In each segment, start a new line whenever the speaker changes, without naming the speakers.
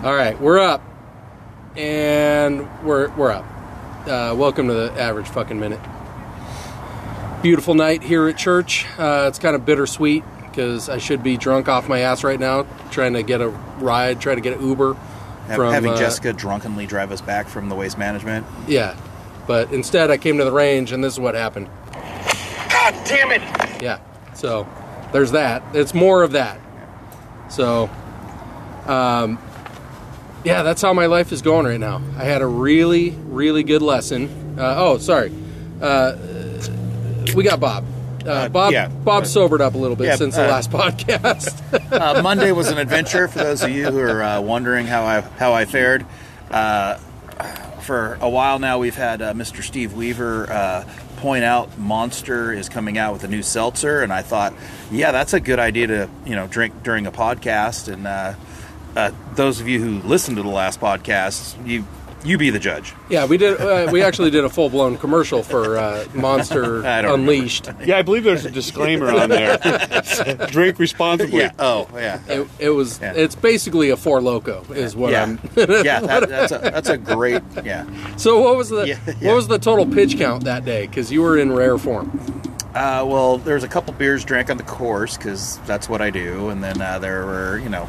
All right, we're up, and we're we're up. Uh, welcome to the average fucking minute. Beautiful night here at church. Uh, it's kind of bittersweet because I should be drunk off my ass right now, trying to get a ride, trying to get an Uber.
Ha-
uh,
having Jessica drunkenly drive us back from the waste management.
Yeah, but instead I came to the range, and this is what happened.
God damn it!
Yeah, so there's that. It's more of that. So, um, yeah, that's how my life is going right now. I had a really, really good lesson. Uh, oh, sorry. Uh, we got Bob. Uh, Bob,
yeah.
Bob sobered up a little bit
Yeah,
since the
uh,
last podcast.
Uh, Monday was an adventure for those of you who are uh, wondering how I how I fared. Uh, for a while now, we've had uh, Mr. Steve Weaver uh, point out Monster is coming out with a new seltzer, and I thought, yeah, that's a good idea to you know drink during a podcast. And uh, uh, those of you who listened to the last podcast, you you be the judge.
yeah, we did. Uh, we actually did a full blown commercial for uh, Monster
I don't
Unleashed.
Yeah, I believe there's a disclaimer on there. Drink responsibly.
Yeah. Oh, yeah.
It, it was.
Yeah.
It's basically a four loco, is what
yeah,
I'm.
yeah that, that's a that's a great yeah.
So what was the
Yeah, yeah.
what was the total pitch count that day? Because you were in rare form.
Uh, well, there was a couple beers drank on the course because that's what I do, and then uh, there were you know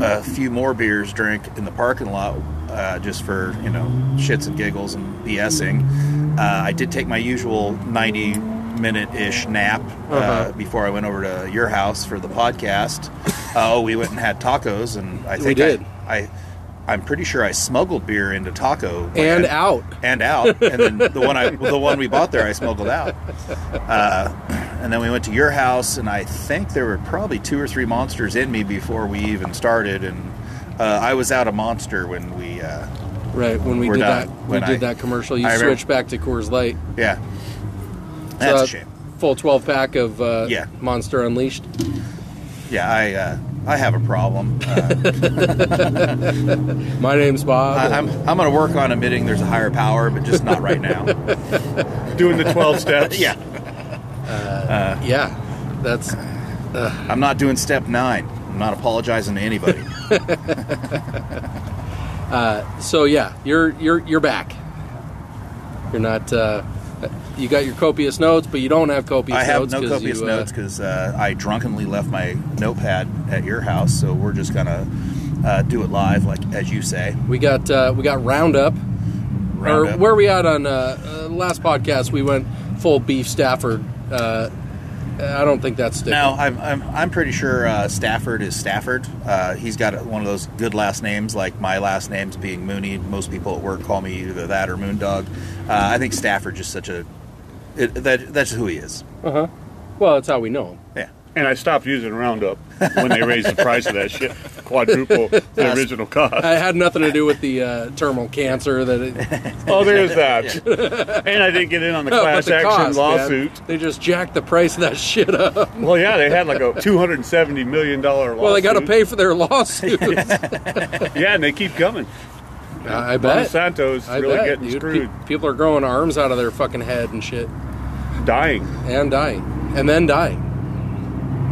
a few more beers drank in the parking lot uh, just for you know shits and giggles and BSing. Uh, I did take my usual ninety minute ish nap uh,
Uh-huh.
before I went over to your house for the podcast. Oh, we went and had tacos, and I
We
think
did.
I. I I'm pretty sure I smuggled beer into Taco
And
Land
out.
and out, and then the one I the one we bought there I smuggled out, uh, and then we went to your house, and I think there were probably two or three monsters in me before we even started, and uh, I was out a monster when we, uh,
Right when we
We're
did
done.
that,
When
we
I-
did that commercial. You
I remember-
switched back to Coors Light.
yeah,
So uh,
that's
that
a shame.
Full twelve pack of uh,
Yeah.
Monster Unleashed.
Yeah, I uh, I have a problem. Uh,
My name's Bob.
I, I'm I'm gonna work on admitting there's a higher power, but just not right now.
Doing the 12 steps.
yeah, Uh-huh.
yeah, that's
I'm not doing step nine. I'm not apologizing to anybody.
so. Yeah, you're you're you're back. You're not. Uh, you got your copious notes, but you don't have copious
I have
notes.
no
'cause
copious
you, uh,
notes 'cause notes because uh, I drunkenly left my notepad at your house, so we're just gonna uh, do it live, like as you say.
we got uh, we got Roundup.
Round
Or
up.
where we at on uh, uh, last podcast? We went full beef Stafford. Uh, I don't think that's sticking.
now I'm, I'm I'm pretty sure uh, Stafford is Stafford. Uh, he's got one of those good last names, like my last name's being Mooney. Most people at work call me either that or Moondog. Uh, I think Stafford just such a it, that that's who he is.
Well, that's how we know him.
Yeah.
And I stopped using Roundup when they raised the price of that shit quadruple the original cost.
It had nothing to do with the uh, terminal cancer that it,
Oh, there's that. And I didn't get in on the
but
class
the
action
cost, man.
lawsuit.
They just jacked the price of that shit up.
Well, yeah, they had like a $270 million lawsuit.
Well, they got to pay for their lawsuits.
Yeah, and they keep coming.
I I bet.
Monsanto's
I
really
bet,
getting
dude.
screwed,
Pe- people are growing arms out of their fucking head and shit,
dying.
and dying, and then dying.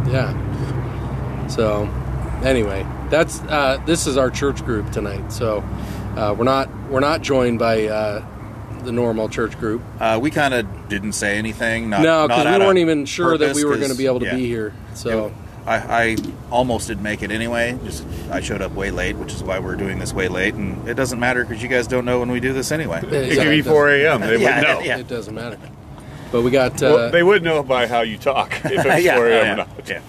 Yeah. So, anyway, that's uh, this is our church group tonight. So, uh, we're not we're not joined by uh, the normal church group.
Uh, we kind of didn't say anything. Not,
No,
Uh, not
because we
out of
weren't even sure that
purpose,
we were
'cause-
going to be able to
yeah.
be here. So.
It- I, I almost didn't make it anyway. Just I showed up way late, which is why we're doing this way late. And it doesn't matter because you guys don't know when we do this anyway.
It could be 4 a.m. They
Yeah,
would know.
yeah.
It doesn't matter. But we got uh,
Well, they would know by how you talk if it's 4 a.m.
yeah,
or
yeah,
not.
yeah,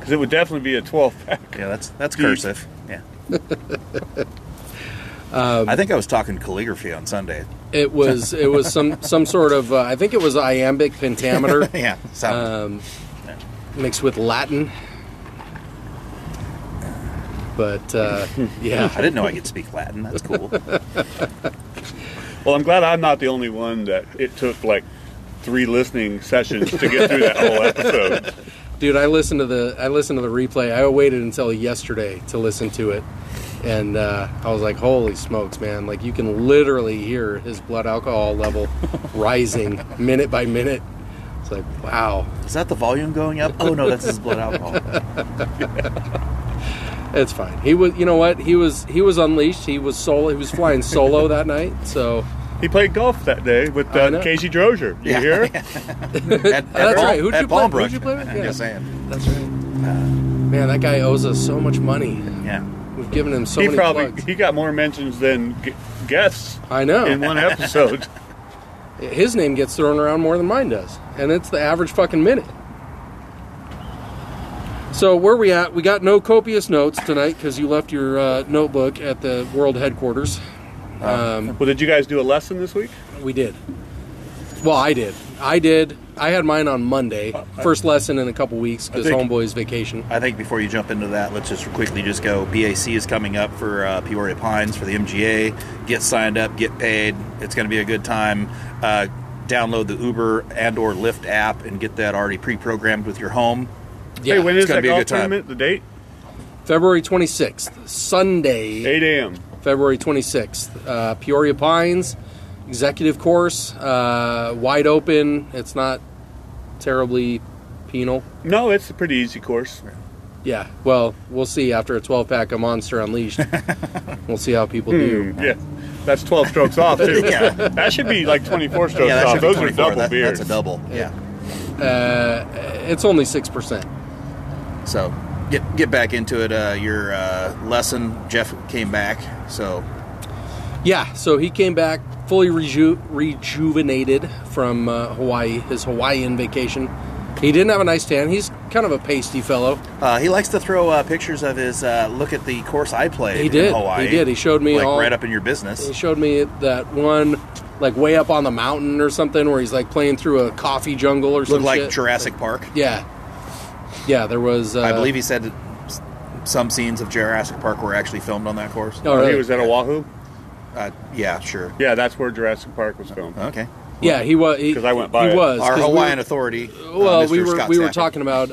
Because it would definitely be a 12 pack.
yeah. That's that's
Deep.
cursive. Yeah.
Um,
I think I was talking calligraphy on Sunday.
it was it was some some sort of uh, I think it was iambic pentameter
Yeah,
um,
sound.
mixed with Latin. But uh, yeah,
I didn't know I could speak Latin. That's cool.
Well, I'm glad I'm not the only one that it took like three listening sessions to get through that whole episode.
dude, I listened to the I listened to the replay. I waited until yesterday to listen to it, and uh, I was like, holy smokes, man! Like you can literally hear his blood alcohol level rising minute by minute. It's like wow.
Is that the volume going up? Oh no, that's his blood alcohol.
It's fine. He was, you know what? He was he was unleashed. He was solo. He was flying solo that night. So
He played golf that day with
I
uh,
know.
Casey Drozier. You
Yeah.
hear?
At,
That's
at Bal-
right. Who'd
at
you play- who'd
Ballbrook.
you play with? Yeah.
Just saying.
that's right. Man, that guy owes us so much money.
Yeah.
We've given him so
he
many
probably
plugs. Oh.
he got more mentions than g- guests
I know.
in one episode.
His name gets thrown around more than mine does, and it's the average fucking minute. So where we at? We got no copious notes tonight because you left your uh, notebook at the world headquarters. Um,
well, did you guys do a lesson this week?
we did. Well, I did. I did. I had mine on Monday.
Uh,
First lesson in a couple weeks because
think-
homeboy's vacation.
I think before you jump into that, let's just quickly just go. BAC is coming up for uh, Peoria Pines for the MGA. Get signed up, get paid. It's going to be a good time. Uh, download the Uber and or Lyft app and get that already pre-programmed with your home.
Yeah,
hey, when
it's
is
gonna
that
be a
golf
good time.
tournament? The date?
February 26th, Sunday.
8 a.m.
February 26th. Uh, Peoria Pines, executive course, uh, wide open. It's not terribly penal.
No, it's a pretty easy course.
Yeah, well, we'll see after a 12 pack of Monster Unleashed. we'll see how people do.
Yeah, that's 12 strokes off too.
Yeah.
That should be like 24 strokes
yeah, that
off.
should be
Oh, Those
24.
are double
That-
beers.
That's a double. Yeah.
It's only 6%.
So get get back into it. Uh, your uh, lesson, Jeff came back. So
Yeah, so he came back fully reju- rejuvenated from uh, Hawaii, his Hawaiian vacation. He didn't have a nice tan. He's kind of a pasty fellow.
uh, he likes to throw uh, pictures of his. Uh, look at the course I played.
He did.
In Hawaii.
He did. He showed me
like
all-
right up in your business.
He showed me that one, like way up on the mountain or something, where he's like playing through a coffee jungle or
Looked
something.
like Jurassic Park.
Yeah, yeah. There was. Uh,
I believe he said that s- some scenes of Jurassic Park were actually filmed on that course.
Oh,
Oh,
really?
He was at Oahu.
Uh, yeah, sure.
Yeah, that's where Jurassic Park was filmed.
Okay.
yeah, he was.
'Cause I went by
He
it.
was.
Our
'cause we
Hawaiian
were-
authority. uh,
well,
Mr.
we were
Scott
we were
Stafford.
talking about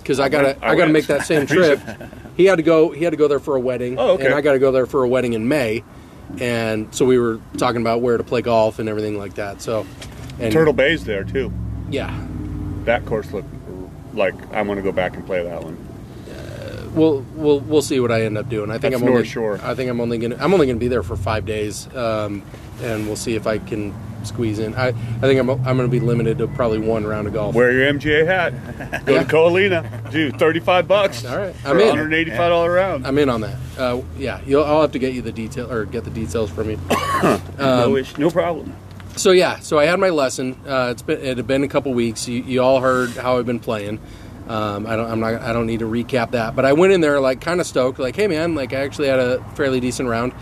because I gotta I,
I
gotta
went.
make that same trip. he had to go he had to go there for a wedding.
Oh, okay.
And I got to go there for a wedding in May, and so we were talking about where to play golf and everything like that. So, and
Turtle Bay's there too.
Yeah.
That course looked like I want to go back and play that one.
We'll we'll we'll see what I end up doing. I think
That's
I'm only
North Shore.
I think I'm only gonna I'm only gonna be there for five days, um, and we'll see if I can squeeze in. I, I think I'm I'm gonna be limited to probably one round of golf.
Wear your MGA hat. Go
Yeah.
to Coalina. Do 35 bucks.
All right,
for
I'm in.
185 dollar round.
I'm in on that. Uh, yeah, you'll, I'll have to get you the detail or get the details from you.
no issue. No problem.
So Um, yeah, so I had my lesson. Uh, it's been it had been a couple weeks. You, you all heard how I've been playing. Um, I don't I'm not I don't need to recap that. But I went in there like kind of stoked, like hey man, like I actually had a fairly decent round.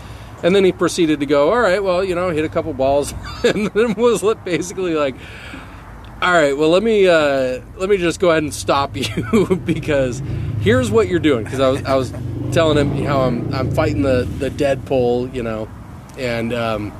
And then he proceeded to go, all right, well you know hit a couple balls, and then was li- basically like, all right, well let me uh, let me just go ahead and stop you because here's what you're doing. Because I was I was telling him how I'm I'm fighting the the dead pole, you know, and. Um,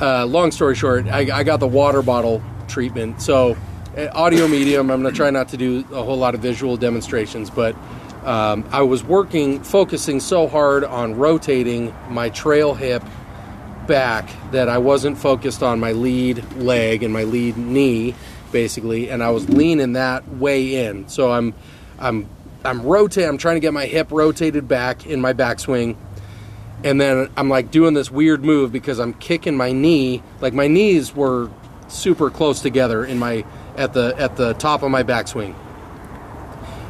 uh, long story short, I, I got the water bottle treatment. So, uh, audio medium, I'm going to try not to do a whole lot of visual demonstrations, but um, I was working, focusing so hard on rotating my trail hip back that I wasn't focused on my lead leg and my lead knee, basically, and I was leaning that way in. So I'm, I'm, I'm rotating. I'm trying to get my hip rotated back in my backswing, and then I'm like doing this weird move because I'm kicking my knee. Like my knees were super close together in my at the at the top of my backswing.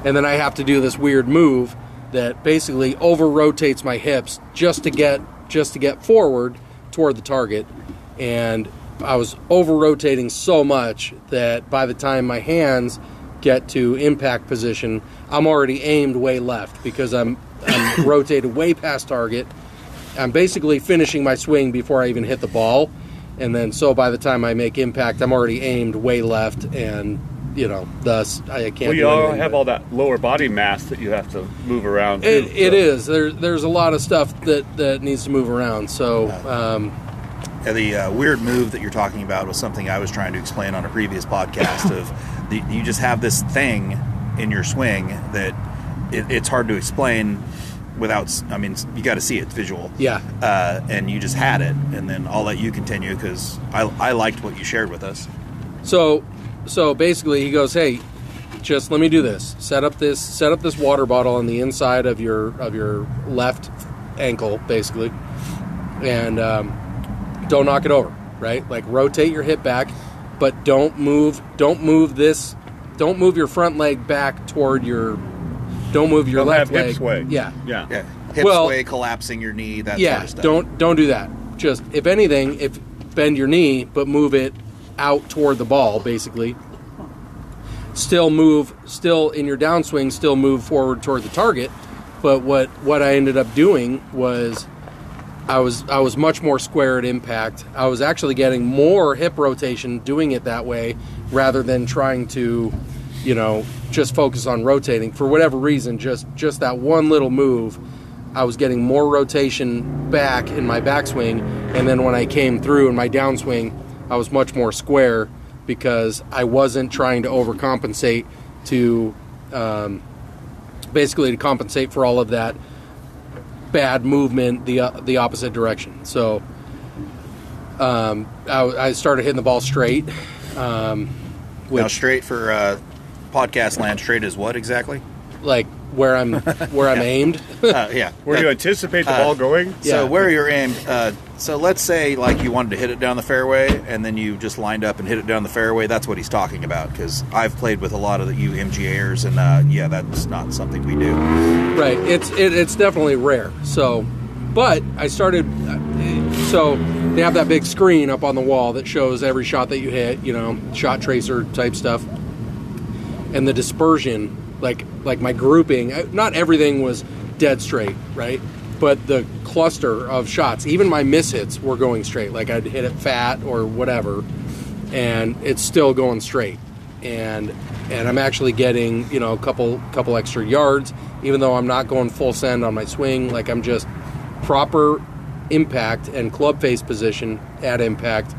And then I have to do this weird move that basically over rotates my hips just to get just to get forward toward the target. And I was over rotating so much that by the time my hands get to impact position, I'm already aimed way left because I'm I'm rotated way past target. I'm basically finishing my swing before I even hit the ball, and then so by the time I make impact, I'm already aimed way left, and you know, thus I can't.
Well,
do
you all
anything
have
but-
all that lower body mass that you have to move around. Too,
It, it
so.
is. There, there's a lot of stuff that, that needs to move around. So, um,
Yeah, the uh, weird move that you're talking about was something I was trying to explain on a previous podcast. of the, you just have this thing in your swing that it, it's hard to explain without. s- I mean, you got to see it it's visual.
Yeah.
Uh, and you just had it, and then I'll let you continue because I, I liked what you shared with us.
so, so basically, he goes, "Hey, just let me do this. Set up this set up this water bottle on the inside of your of your left ankle, basically, and um, don't knock it over. Right, like rotate your hip back, but don't move. Don't move this. Don't move your front leg back toward your. Don't move your
Don't
left
have hip
leg.
sway.
Yeah,
Yeah.
Yeah. Hip
Well-
sway, collapsing your knee, that
yeah.
sort of stuff.
Don't don't do that. Just if anything, if bend your knee, but move it out toward the ball, basically. Still move, still in your downswing, still move forward toward the target. But what what I ended up doing was, I was I was much more square at impact. I was actually getting more hip rotation doing it that way, rather than trying to, you know, just focus on rotating for whatever reason. Just just that one little move, I was getting more rotation back in my backswing, and then when I came through in my downswing, I was much more square because I wasn't trying to overcompensate to um, basically to compensate for all of that bad movement the uh, the opposite direction. So um, I, I started hitting the ball straight. Um,
now,
which,
straight for uh, podcast land, straight is what exactly?
like where I'm where I'm aimed.
Uh, yeah.
Where
That-
you anticipate the ball going?
Yeah.
So where you're aimed. Uh, so let's say like you wanted to hit it down the fairway, and then you just lined up and hit it down the fairway. That's what he's talking about because I've played with a lot of you MGAers, and uh, yeah, that's not something we do.
right. It's it, it's definitely rare. So, but I started. uh, So they have that big screen up on the wall that shows every shot that you hit. You know, shot tracer type stuff. and the dispersion, like like my grouping, I- not everything was dead straight, right? But the cluster of shots, even my miss hits were going straight. Like I'd hit it fat or whatever, and it's still going straight. And and I'm actually getting you know a couple couple extra yards, even though I'm not going full send on my swing. Like I'm just proper impact and club face position at impact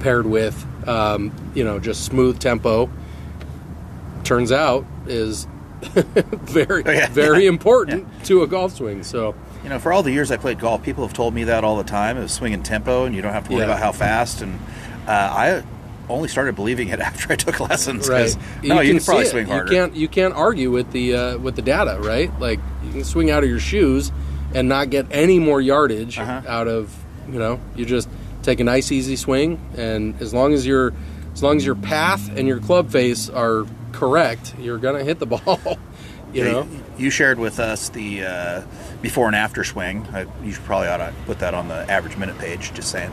paired with um, you know just smooth tempo turns out is very
Oh, yeah.
very important to a golf swing so
You know, for all the years I played golf, people have told me that all the time. It was swinging tempo, and you don't have to worry
Yeah.
about how fast. And uh, I only started believing it after I took lessons. 'cause,
right
No, you can,
see
probably
it.
swing harder.
you can't you can't argue with the uh, with the data right like you can swing out of your shoes and not get any more yardage
Uh-huh.
out of you know you just take a nice easy swing and as long as your as long as your path and your club face are correct you're gonna hit the ball you
Yeah,
know
y- you shared with us the uh, before and after swing. I, you should probably ought to put that on the average minute page. Just saying,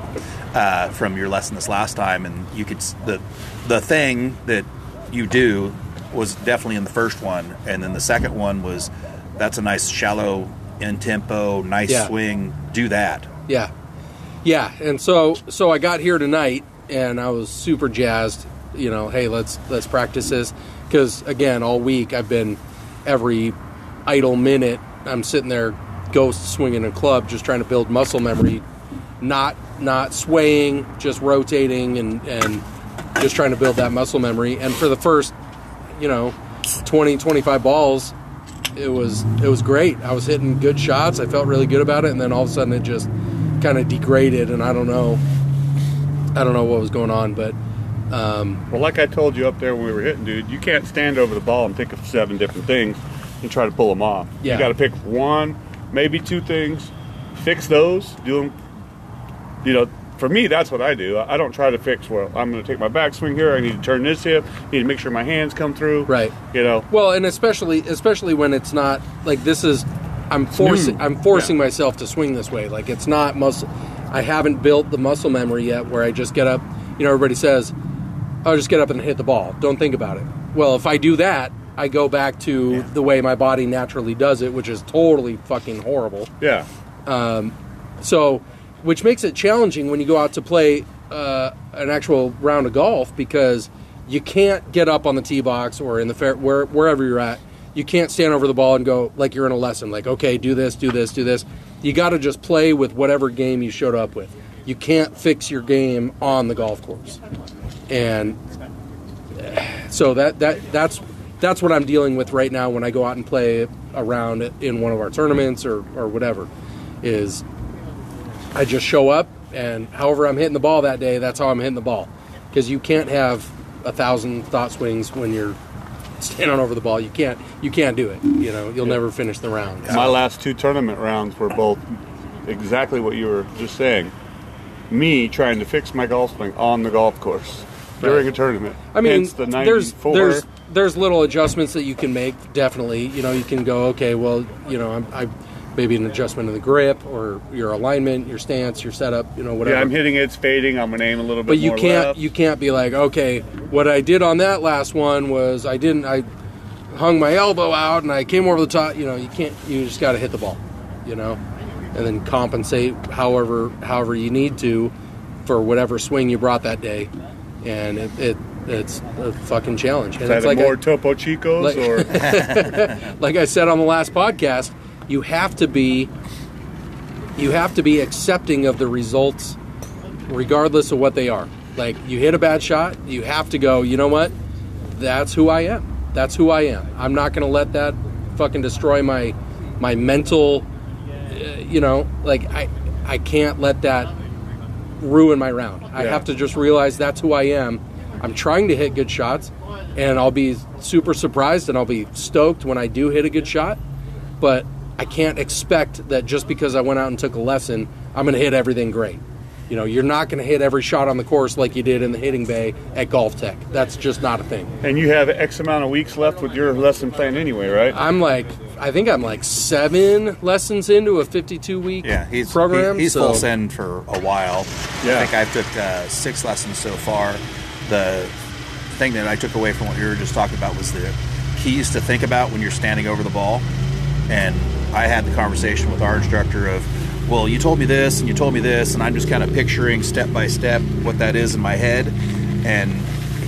uh, from your lesson this last time, and you could s- the the thing that you do was definitely in the first one, and then the second one was that's a nice shallow in tempo, nice
Yeah.
swing. Do that.
Yeah, yeah, and so so I got here tonight, and I was super jazzed. You know, hey, let's let's practice this because again, all week I've been every idle minute I'm sitting there ghost swinging a club, just trying to build muscle memory, not not swaying, just rotating and and just trying to build that muscle memory. And for the first, you know, 20 25 balls, it was it was great. I was hitting good shots. I felt really good about it, and then all of a sudden it just kind of degraded, and I don't know, I don't know what was going on, but um,
Well, like I told you up there when we were hitting, dude, you can't stand over the ball and pick up seven different things and try to pull them off.
Yeah.
You got to pick one, maybe two things, fix those, do them. You know, for me, that's what I do. I I don't try to fix, well, I'm going to take my backswing here. I need to turn this hip. need to make sure my hands come through.
Right.
You know,
well, and especially especially when it's not like this is I'm forcing I'm forcing
Yeah.
myself to swing this way. Like it's not muscle. I haven't built the muscle memory yet where I just get up. You know, everybody says, "I'll just get up and hit the ball. Don't think about it." Well, if I do that. I go back to the way my body naturally does it, which is totally fucking horrible.
yeah.
So, which makes it challenging when you go out to play uh, an actual round of golf because you can't get up on the tee box or in the fair where, wherever you're at. You can't stand over the ball and go like you're in a lesson, like okay, do this, do this, do this. You got to just play with whatever game you showed up with. You can't fix your game on the golf course, and so that that that's that's what I'm dealing with right now when I go out and play a round in one of our tournaments or or whatever. Is I just show up, and however I'm hitting the ball that day, that's how I'm hitting the ball. Because you can't have a thousand thought swings when you're stand on over the ball. You can't you can't do it. You know, you'll never finish the round.
My last two tournament rounds were both exactly what you were just saying. Me trying to fix my golf swing on the golf course during a tournament.
I mean,
Hence the
there's
94.
there's there's little adjustments that you can make. Definitely, you know, you can go okay. Well, you know, I'm, I maybe an adjustment in the grip or your alignment, your stance, your setup. You know, whatever.
yeah, I'm hitting it, it's fading. I'm going to aim a little bit
but you
more
can't
left.
you can't be like okay what i did on that last one was i didn't i hung my elbow out and i came over the top you know you can't you just got to hit the ball you know and then compensate however however you need to for whatever swing you brought that day and it, it it's a fucking challenge and
Is that
it's like
more
I,
Topo Chicos
like-
or
like i said on the last podcast you have to be you have to be accepting of the results regardless of what they are. Like you hit a bad shot, you have to go, you know what? That's who I am. That's who I am. I'm not going to let that fucking destroy my my mental uh, you know, like I I can't let that ruin my round. I
Yeah.
have to just realize that's who I am. I'm trying to hit good shots and I'll be super surprised and I'll be stoked when I do hit a good shot, but I can't expect that just because I went out and took a lesson, I'm going to hit everything great. You know, you're not going to hit every shot on the course like you did in the hitting bay at Golf Tech. That's just not a thing.
and you have X amount of weeks left with your lesson plan anyway, right?
I'm like, I think I'm like seven lessons into a 52 week
Yeah, he's
program.
he- he's
so
full send for a while.
Yeah.
I think I've took uh, six lessons so far. The thing that I took away from what you were just talking about was the keys to think about when you're standing over the ball. And I had the conversation with our instructor of, well, you told me this and you told me this, and I'm just kind of picturing step by step what that is in my head. And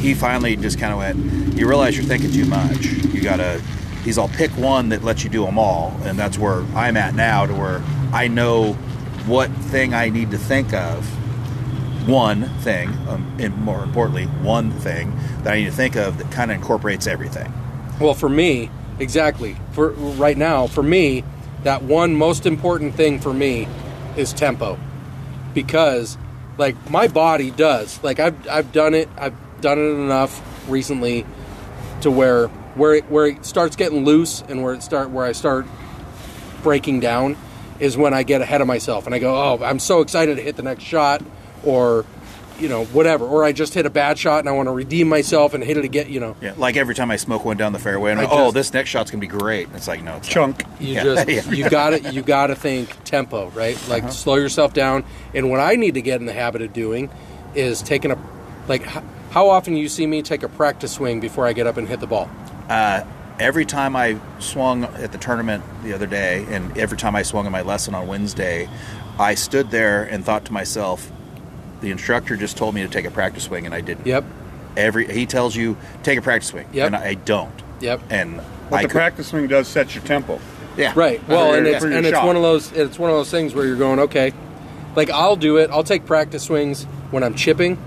he finally just kind of went, you realize you're thinking too much. You gotta he's all pick one that lets you do them all and that's where i'm at now to where i know what thing i need to think of one thing um, and more importantly one thing that i need to think of that kind of incorporates everything
Well, for me, exactly. For right now, for me, that one most important thing for me is tempo, because like my body does. Like I've I've done it. I've done it enough recently to where where it, where it starts getting loose and where it start where I start breaking down is when I get ahead of myself and I go, oh, I'm so excited to hit the next shot, or you know whatever, or I just hit a bad shot and I want to redeem myself and hit it again. You know,
yeah, like every time i smoke one down the fairway and
I
I'm, oh
just-
this next shot's going to be great and it's like no it's not.
Chunk.
You
Yeah.
just
Yeah. Uh-huh.
you got to you got to think tempo, right? Like slow yourself down. And what I need to get in the habit of doing is taking a like h- how often do you see me take a practice swing before I get up and hit the ball?
every time I swung at the tournament the other day, and every time I swung in my lesson on Wednesday, I stood there and thought to myself, the instructor just told me to take a practice swing, and I didn't.
Yep.
Every he tells you take a practice swing,
Yep.
and I don't.
Yep.
And
What
I
the
could-
practice swing does set your tempo.
yeah,
Right. Well,
For
and
your-
it's
for your
and it's
shot.
one of those it's one of those things where you're going, okay, like I'll do it. I'll take practice swings when I'm chipping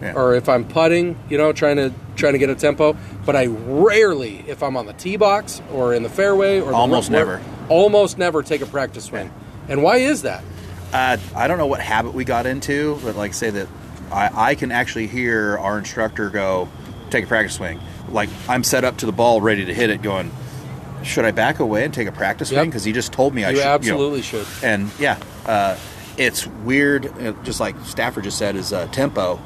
Yeah.
or if I'm putting, you know, trying to trying to get a tempo. But I rarely, if I'm on the tee box or in the fairway or the
Almost never.
almost never take a practice swing. And why is that?
Uh, I don't know what habit we got into, but like say that I, I can actually hear our instructor go, take a practice swing. Like I'm set up to the ball, ready to hit it, going, should I back away and take a practice
Yep.
swing? Because he just told me I
you
should. you know.
absolutely should.
and yeah, uh, it's weird. uh, Just like Stafford just said, is uh, tempo.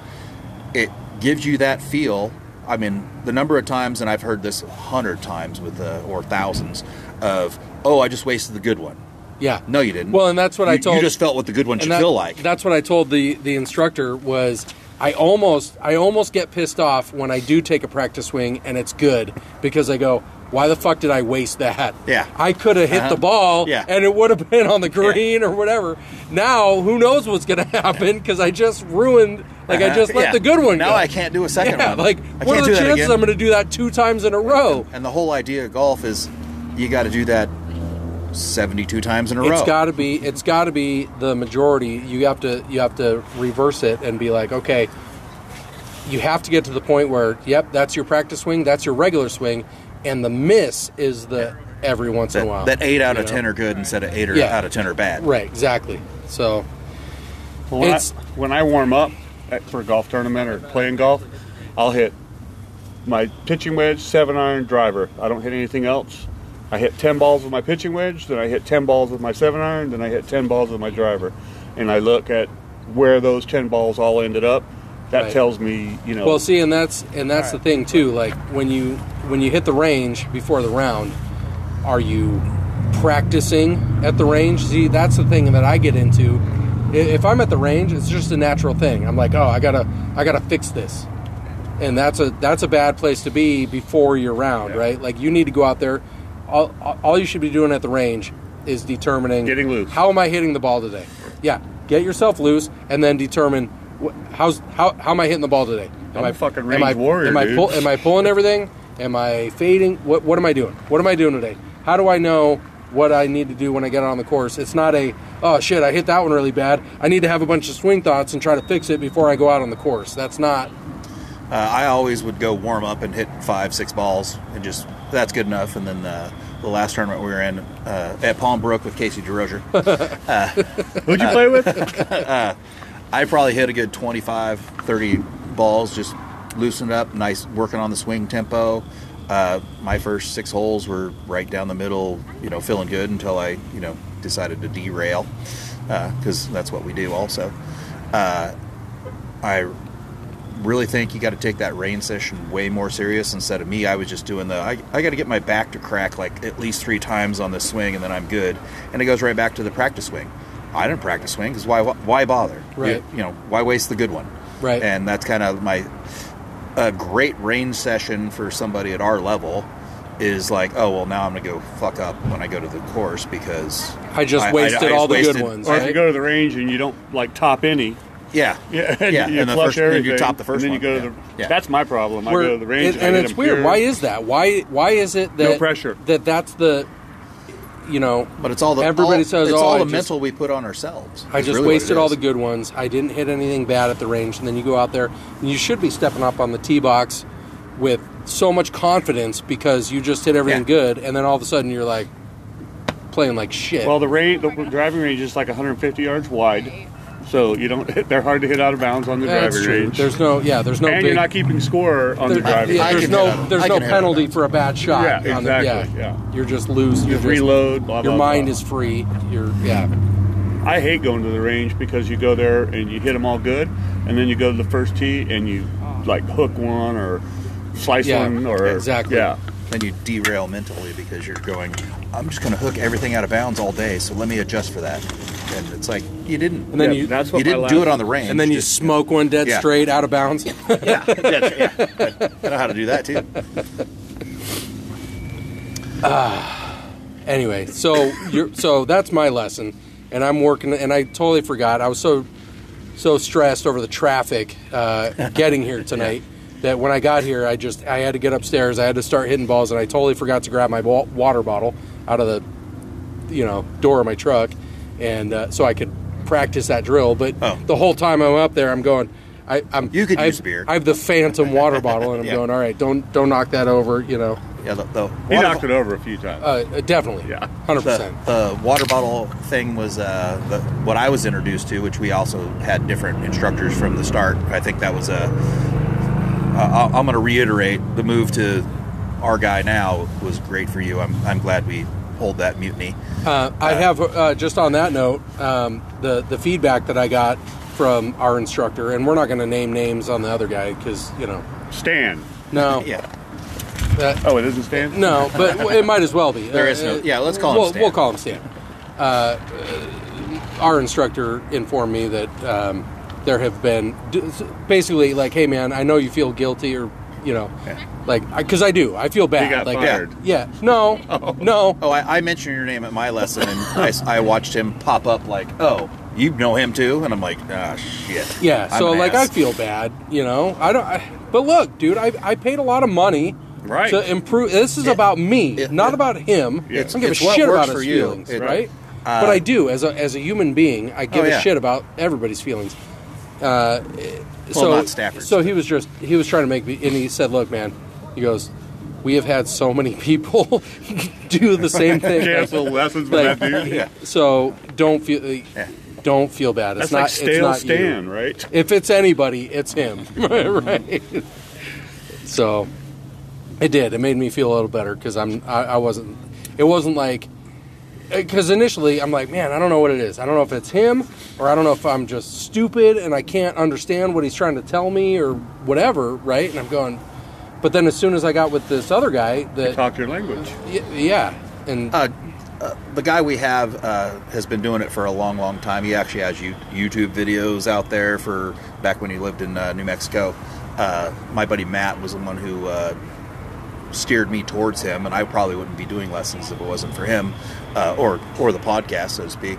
It gives you that feel. I mean, the number of times, and I've heard this a hundred times with uh, or thousands of, oh, I just wasted the good one.
Yeah.
No, you didn't.
Well, and that's what
you,
I told.
you. Just felt what the good one should
and that-
feel like.
That's what I told the the instructor was I almost I almost get pissed off when I do take a practice swing and it's good because I go, why the fuck did I waste that?
Yeah.
I could have hit
Uh-huh.
the ball
Yeah.
and it would have been on the green or whatever. Now, who knows what's going to happen cuz I just ruined like I
Uh-huh.
just let
Yeah.
the good one
Now
go.
I can't do a second
yeah,
one.
like
I
what
can't
are
do
the
that
chances
again.
I'm going to do that two times in a row?
And the whole idea of golf is, you got to do that seventy-two times in a row.
It's got to be. It's got to be the majority. You have to. You have to reverse it and be like, okay. You have to get to the point where, yep, that's your practice swing, that's your regular swing, and the miss is the every once in a while.
that, that eight out
you
of
know?
ten are good instead of eight or
Yeah.
out of ten are bad.
Right. Exactly. So
Well, when, I,
It's-
when I warm up at, for a golf tournament or playing golf, I'll hit my pitching wedge, seven iron driver. I don't hit anything else. I hit 10 balls with my pitching wedge, then I hit 10 balls with my seven iron, then I hit 10 balls with my driver. And I look at where those 10 balls all ended up. That
Right.
tells me, you know.
Well, see, and that's and that's the thing too. Like when you when you hit the range before the round, are you practicing at the range? See, that's the thing that I get into. I- If I'm at the range, it's just a natural thing. I'm like, oh, I gotta I gotta fix this, and that's a that's a bad place to be before your round, right? Like you need to go out there. All, all you should be doing at the range is determining
Getting loose.
How am I hitting the ball today? Yeah, get yourself loose and then determine wh- how's how, how am I hitting the ball today? Am
I'm
I
a fucking
am
range
I-
warrior,
Am I,
dude.
pull, am I pulling everything? Am I fading? What what am I doing? What am I doing today? How do I know what I need to do when I get on the course? It's not a oh shit, I hit that one really bad. I need to have a bunch of swing thoughts and try to fix it before I go out on the course. That's not
Uh, I always would go warm up and hit five, six balls, and just that's good enough. And then uh, the last tournament we were in uh, at Palm Brook with Casey DeRozier,
Who'd
Uh,
you play with?
I probably hit a good 25, 30 balls, just loosened up, nice working on the swing tempo. Uh, my first six holes were right down the middle, you know, feeling good until I, you know, decided to derail because that's what we do also. Uh, I really think you got to take that rain session way more serious instead of me i was just doing the i, I got to get my back to crack like at least three times on this swing and then i'm good and it goes right back to the practice swing i didn't practice swing because why why bother
Right.
you, you know why waste the good one
Right.
and that's kind of my a great rain session for somebody at our level is like oh well now i'm gonna go fuck up when i go to the course because
I just wasted
just
all the good
wasted-
ones.
or if
right?
you go to the range and you don't like top any,
yeah
yeah,
yeah
you
and the
flush
first and
everything,
you top the first
and then
one
you go to
yeah.
the.
Yeah.
That's my problem. I go to the range
and,
I
and
hit
it's
them
weird.
pure.
Why is that? Why why is it that
No pressure.
that that's the you know
But it's all the
Everybody
all-
says,
it's
"Oh,
all
I
the
just-
mental we put on ourselves.
I
is
just
really what it
wasted all
is.
the good ones. I didn't hit anything bad at the range. And then you go out there, and you should be stepping up on the tee box with so much confidence because you just hit everything
Yeah.
good. And then all of a sudden you're like playing like shit.
Well, the range, the driving range is like 150 yards wide, so you don't. They're hard to hit out of bounds on the
Yeah, that's
driving
true.
range.
There's no yeah. There's no
and
big.
you're not keeping score on the
there-
driving.
yeah,
I
range.
there's
can hit out
no
of-
there's
I
no
can hit out of
penalty for a bad shot.
Yeah,
on the-
exactly, yeah.
You're just loose. You're
Just reload, blah,
your
blah,
mind
blah.
is free. You're yeah.
I hate going to the range because you go there and you hit them all good, and then you go to the first tee and you like hook one or slice
Yeah,
one or
exactly.
yeah.
Then you derail mentally because you're going. I'm just going to hook everything out of bounds all day, so let me adjust for that. And it's like you didn't.
And then
Yeah,
you
that's what
you
my
didn't
last-
do it on the range.
and then you
just-
smoke one dead
Yeah.
straight out of bounds.
Yeah, that's- yeah. I know how to do that too.
anyway, so you're so that's my lesson, and I'm working, and I totally forgot. I was so so stressed over the traffic uh, getting here tonight that when I got here, I just I had to get upstairs. I had to start hitting balls, and I totally forgot to grab my wa- water bottle out of the you know door of my truck, and uh, so I could practice that drill. But
Oh.
the whole time I'm up there, I'm going. I, I'm,
You could
I've-
use beer.
I have the phantom water bottle, and I'm
Yeah.
going. All right, don't don't knock that over. You know,
Yeah, the, the
He
water,
knocked it over a few times.
uh, definitely,
Yeah.
hundred
the,
percent.
the water bottle thing was uh, the, what I was introduced to, which we also had different instructors from the start. I think that was a. Uh, I'm going to reiterate the move to our guy now was great for you. I'm, I'm glad we hold that mutiny.
Uh, I have uh, just on that note um, the the feedback that I got from our instructor, and we're not going to name names on the other guy because you know,
Stan.
no,
Yeah,
that-
Oh, it isn't Stan.
no, but it might as well be. Uh,
There is no- yeah, let's call him
we'll,
Stan.
We'll call him Stan. Uh, uh, our instructor informed me that um, there have been d- basically like, hey man, I know you feel guilty or you know, like because I do, I feel bad.
got
like,
fired.
Yeah, no, no,
Oh, I, I mentioned your name at my lesson, and I, s- I watched him pop up like, "Oh, you know him too?" And I'm like, "Ah, shit."
Yeah,
I'm
so
an
like
ass."
I feel bad, you know. I don't. I, but look, dude, I, I paid a lot of money
Right.
to improve. This is
It-
about me,
it-
not
it-
about him.
Yeah.
I don't give a
It's what
shit
works
about
for
his
you.
feelings,
It-
right?
uh,
but I do as a as a human being. I give
Oh, yeah.
a shit about everybody's feelings. Uh,
Well,
so
not Stafford's,
so he was just he was trying to make me, and he said, "Look, man," he goes. We have had so many people do the same thing.
Cancel lessons with
Like,
that dude.
So don't feel don't feel bad. It's
That's
not
like stale
it's not you.
Stan, right?
If it's anybody, it's him. right. So, It did. It made me feel a little better because I'm I, I wasn't. It wasn't like because initially I'm like, man, I don't know what it is. I don't know if it's him or I don't know if I'm just stupid and I can't understand what he's trying to tell me or whatever, right? And I'm going. But then as soon as I got with this other guy, that
Talk your language.
y- yeah, and
Uh, uh, the guy we have uh, has been doing it for a long, long time. He actually has you- YouTube videos out there for back when he lived in uh, New Mexico. Uh, my buddy Matt was the one who uh, steered me towards him, and I probably wouldn't be doing lessons if it wasn't for him uh, or or the podcast, so to speak.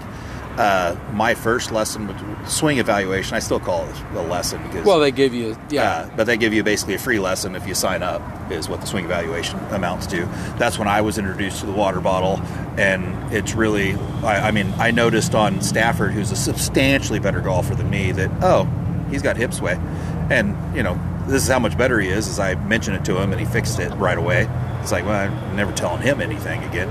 Uh, my first lesson with swing evaluation, I still call it a lesson because
well, they give you yeah.
uh, but they give you basically a free lesson if you sign up, is what the swing evaluation amounts to. That's when I was introduced to the water bottle, and it's really, I, I mean, I noticed on Stafford, who's a substantially better golfer than me, that oh, he's got hip sway, and you know, this is how much better he is. As I mentioned it to him, and he fixed it right away. It's like, well, I'm never telling him anything again.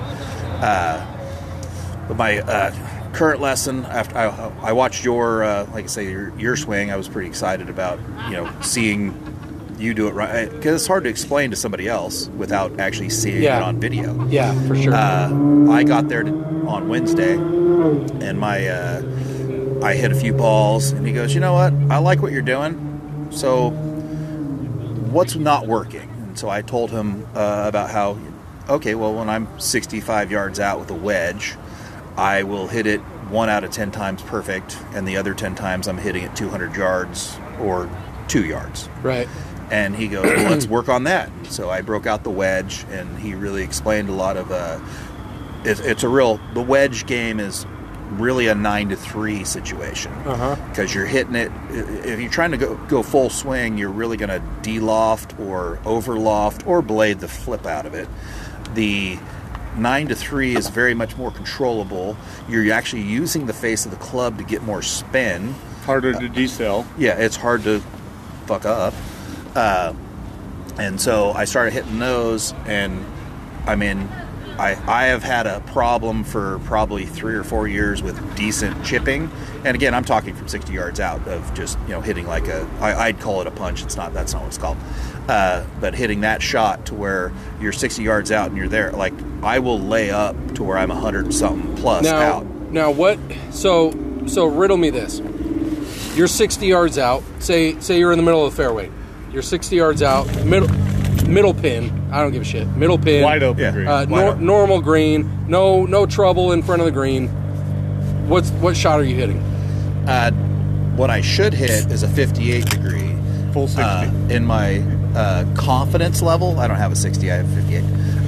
But my uh, current lesson, after I, I watched your, uh, like I say, your, your swing, I was pretty excited about, you know, seeing you do it right. Because it's hard to explain to somebody else without actually seeing
Yeah.
it on video.
Yeah, for sure.
Uh, I got there to, on Wednesday, and my, uh, I hit a few balls, and he goes, you know what? I like what you're doing. So, what's not working? And so I told him uh, about how, okay, well, when I'm 65 yards out with a wedge, I will hit it one out of 10 times perfect, and the other 10 times I'm hitting it 200 yards or two yards.
right.
And he goes, well, let's work on that. So I broke out the wedge, and he really explained a lot of. Uh, it, it's a real the wedge game is really a nine to three situation
Uh-huh.
because you're hitting it. i- If you're trying to go go full swing, you're really going to de-loft or overloft or blade the flip out of it. The nine to three is very much more controllable. You're actually using the face of the club to get more spin
Harder to decel.
yeah, it's hard to fuck up. Uh, and so I started hitting those, and I mean, I I have had a problem for probably three or four years with decent chipping. And again, I'm talking from 60 yards out of just you know hitting like a I, I'd call it a punch. It's not that's not what it's called. Uh, but hitting that shot to where you're 60 yards out and you're there, like I will lay up to where I'm 100 something plus
now,
out.
now what? So so riddle me this. You're 60 yards out. Say say you're in the middle of the fairway. You're 60 yards out. Middle middle pin. I don't give a shit. Middle pin.
Wide open
Yeah.
green.
Uh,
Wide
nor,
open.
normal green. No no trouble in front of the green. What's what shot are you hitting?
Uh, what I should hit is a 58 degree.
Full 60.
Uh, in my uh, confidence level, I don't have a 60, I have 58.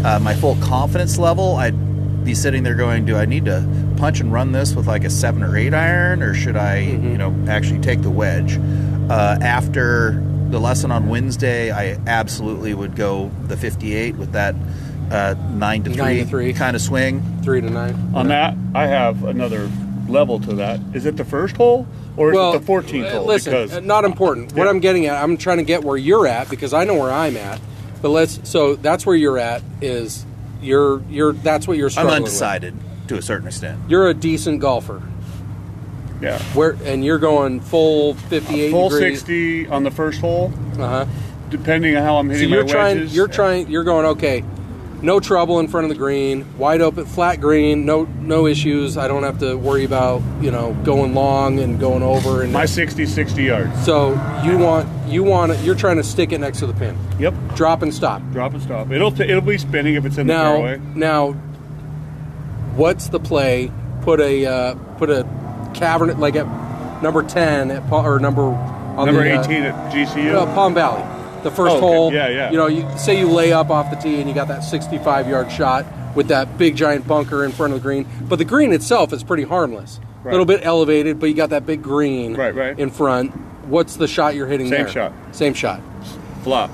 Uh, my full confidence level, I'd be sitting there going, do I need to punch and run this with like a 7 or 8 iron, or should I,
Mm-hmm.
you know, actually take the wedge? Uh, after the lesson on Wednesday, I absolutely would go the 58 with that uh, 9 to 3,
Nine to three.
kind of swing.
Three to nine.
On that, I have another level to that. Is it the first hole or is it the 14th
uh,
hole?
Listen,
because
uh, not important. What
Yeah.
I'm getting at, I'm trying to get where you're at because I know where I'm at. But let's. So that's where you're at. Is you're you're that's what you're
I'm
struggling with.
undecided to a certain extent.
You're a decent golfer.
yeah,
Where and you're going full 58
full
degrees.
60 on the first hole,
Uh huh.
depending on how I'm
So
hitting
you're
my
trying.
wedges.
You're trying. You're going okay. No trouble in front of the green. Wide open, flat green. No no issues. I don't have to worry about you know going long and going over and.
my 60, 60 yards.
so you want you want it, you're trying to stick it next to the pin.
Yep,
Drop and stop.
drop and stop. It'll t- it'll be spinning if it's in
now,
the fairway.
Now, what's the play? Put a uh, put a cavern like at number ten at pa- or number on
Number
the, uh,
18 at GCU.
uh, Palm Valley, the first
Oh, okay.
hole.
Yeah, yeah.
You know, you, say you lay up off the tee and you got that 65 yard shot with that big giant bunker in front of the green. But the green itself is pretty harmless. A
Right.
little bit elevated, but you got that big green
Right, right.
in front. What's the shot you're hitting
Same
there?
shot.
Same shot.
Flop.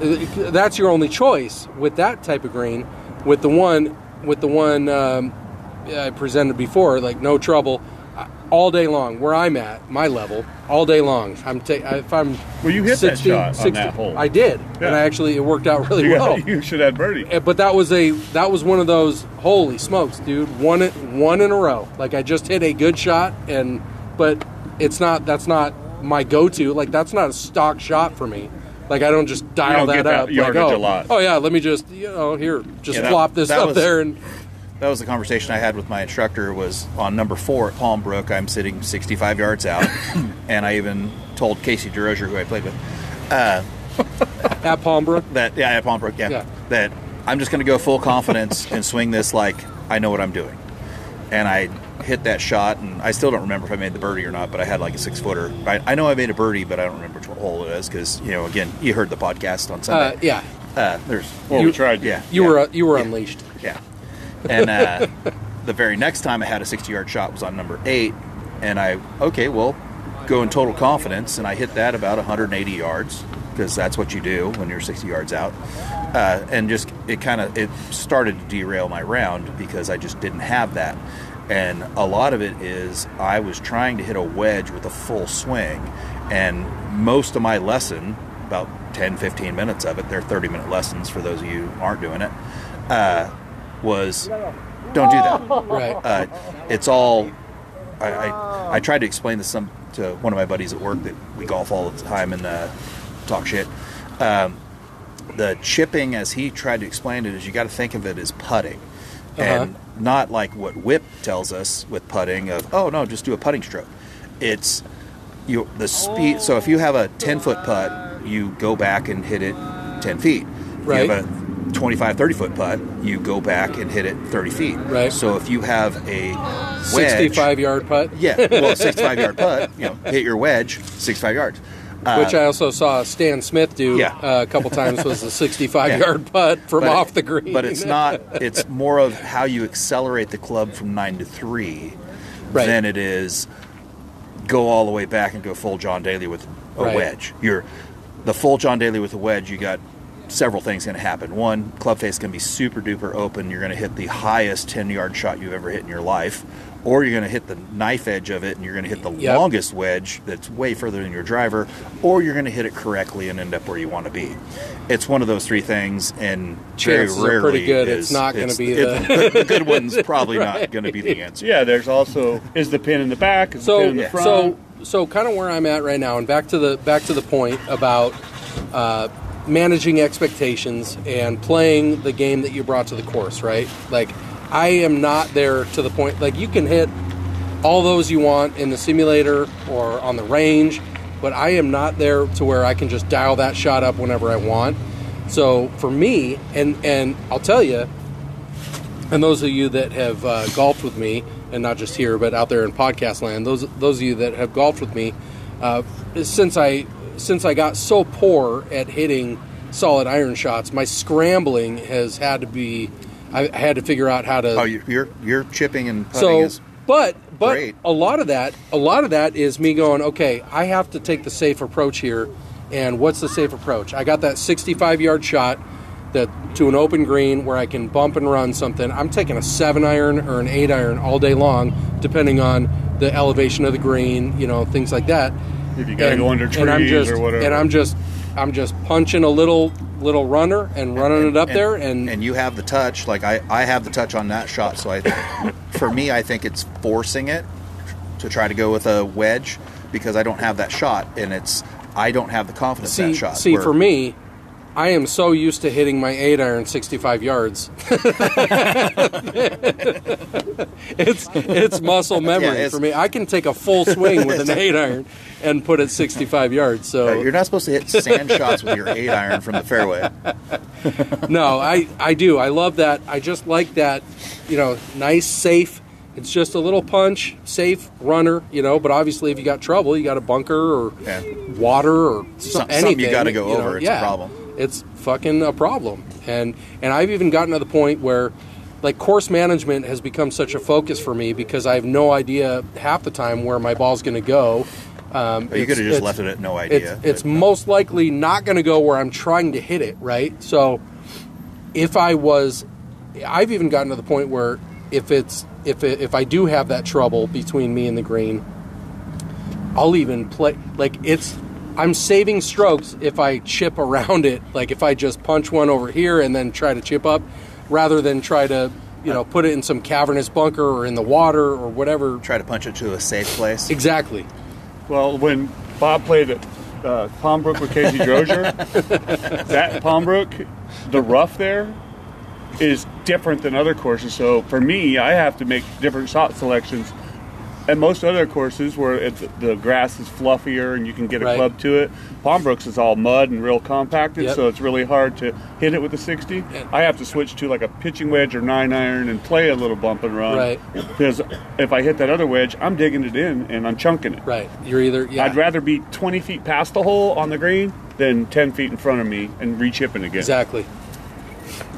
Uh, That's your only choice with that type of green. With the one, with the one um, I presented before, like no trouble, uh, all day long. Where I'm at, my level, all day long. I'm ta- if I'm
Well, you hit that shot on that hole.
I did,
Yeah.
and I actually it worked out really
You, got-
well.
you should add birdie.
Uh, But that was a that was one of those holy smokes, dude. One one in a row. Like I just hit a good shot, and but it's not that's not my go to. Like that's not a stock shot for me. Like I don't just dial
don't
that
get that
up. like,
yardage
oh,
a lot.
oh yeah, let me just you know here just
Yeah, that-
flop this
that
up
was-
there and
That was the conversation I had with my instructor. Was on number four at Palm Brook. I'm sitting 65 yards out, and I even told Casey DeRozier, who I played with,
at Palmbrook.
that yeah, at Palm Brook, yeah,
Yeah.
that I'm just going to go full confidence and swing this like I know what I'm doing. And I hit that shot, and I still don't remember if I made the birdie or not, but I had like a six footer. I, I know I made a birdie, but I don't remember which hole it was because you know, again, you heard the podcast on
Uh,
Sunday.
yeah,
Uh, there's
Well,
You-
we tried. to.
yeah,
you
yeah.
were uh, you were unleashed.
Yeah. And uh, the very next time I had a 60 yard shot was on number eight. And I, okay, well, go in total confidence. And I hit that about 180 yards because that's what you do when you're 60 yards out. Uh, and just, it kind of, it started to derail my round because I just didn't have that. And a lot of it is I was trying to hit a wedge with a full swing. And most of my lesson, about 10, 15 minutes of it, they're 30 minute lessons for those of you who aren't doing it, uh, was don't do that.
Right.
Uh, it's all. I, I, I tried to explain this some to one of my buddies at work that we golf all the time and uh, talk shit. Um, the chipping, as he tried to explain it, is you got to think of it as putting, and not like what Whip tells us with putting of oh no, just do a putting stroke. It's you the speed. So if you have a ten foot putt, you go back and hit it ten feet.
Right.
You have a 25 30 foot putt you go back and hit it 30 feet
Right.
so if you have a wedge,
Sixty-five yard putt.
yeah well 65 yard putt you know hit your wedge 65 yards Uh,
Which I also saw Stan Smith do
Yeah.
uh, a couple times was a 65
Yeah.
yard putt from
but-
off the green.
but it's not it's more of how you accelerate the club from 9 to 3
Right.
than it is go all the way back and go full John Daly with a
Right.
wedge. You're the full John Daly with a wedge. You got several things going to happen. One, club face going to be super duper open. You're going to hit the highest ten yard shot you've ever hit in your life, or you're going to hit the knife edge of it and you're going to hit the
Yep.
longest wedge that's way further than your driver, or you're going to hit it correctly and end up where you want to be. It's one of those three things, and very
Chances are pretty
rarely
good it's
is-
not gonna be
the, the good one's probably not going to be the answer.
Yeah, there's also is the pin in the back, is the
so
pin in the front.
so so kind of where I'm at right now, and back to the back to the point about uh, managing expectations and playing the game that you brought to the course. Right, like I am not there to the point. Like you can hit all those you want in the simulator or on the range, but I am not there to where I can just dial that shot up whenever I want. So for me, and and I'll tell you, and those of you that have uh, golfed with me, and not just here, but out there in podcast land, those those of you that have golfed with me, uh, since I since I got so poor at hitting solid iron shots, my scrambling has had to be. I I had to figure out how to
Oh, you- you're you're chipping and putting
so
is
but but
great.
a lot of that a lot of that is me going okay i have to take the safe approach here and what's the safe approach i got that 65 yard shot that to an open green where i can bump and run something i'm taking a 7 iron or an 8 iron all day long depending on the elevation of the green you know things like that
If you gotta go under
and I'm
trees
just,
or whatever.
and i'm just i'm just punching a little little runner and running it up there and,
and you have the touch like I, I have the touch on that shot so I for me I think it's forcing it to try to go with a wedge because I don't have that shot and it's I don't have the confidence in
see,
that shot
see
where-
for me, I am so used to hitting my eight iron 65 yards. it's it's muscle memory
Yeah, it's-
for me. I can take a full swing with an eight iron and put it 65 yards.
Uh,
So
you're not supposed to hit sand shots with your eight iron from the fairway
no, I I do. I love that. I just like that. You know, nice safe. It's just a little punch, safe runner. You know, but obviously if you got trouble, you got a bunker or
Yeah.
water or so,
Some- something you
anything.
gotta go
know,
over, it's a
yeah.
problem.
It's fucking a problem, and and I've even gotten to the point where, like, course management has become such a focus for me because I have no idea half the time where my ball's going to go. Um,
you
it's-
could have just
it's-
left it at no idea
it's, it's
but-
most likely not going to go where I'm trying to hit it, right? So if I was, I've even gotten to the point where if it's if it, if I do have that trouble between me and the green, I'll even play like it's. I'm saving strokes if I chip around it, like if I just punch one over here and then try to chip up, rather than try to you know put it in some cavernous bunker or in the water or whatever.
try to punch it to a safe place
Exactly.
Well, when Bob played at uh, Palm Brook with Casey Drozier, that Palm Brook, the rough there is different than other courses. So for me, I have to make different shot selections. And most other courses where it's, the grass is fluffier and you can get a
Right.
club to it, Palm Brooks is all mud and real compacted,
Yep.
so it's really hard to hit it with a 60. I have to switch to like a pitching wedge or nine iron and play a little bump and run.
Right.
Because if I hit that other wedge, I'm digging it in and I'm chunking it.
Right. You're either. Yeah.
I'd rather be 20 feet past the hole on the green than 10 feet in front of me and re-chipping again.
Exactly.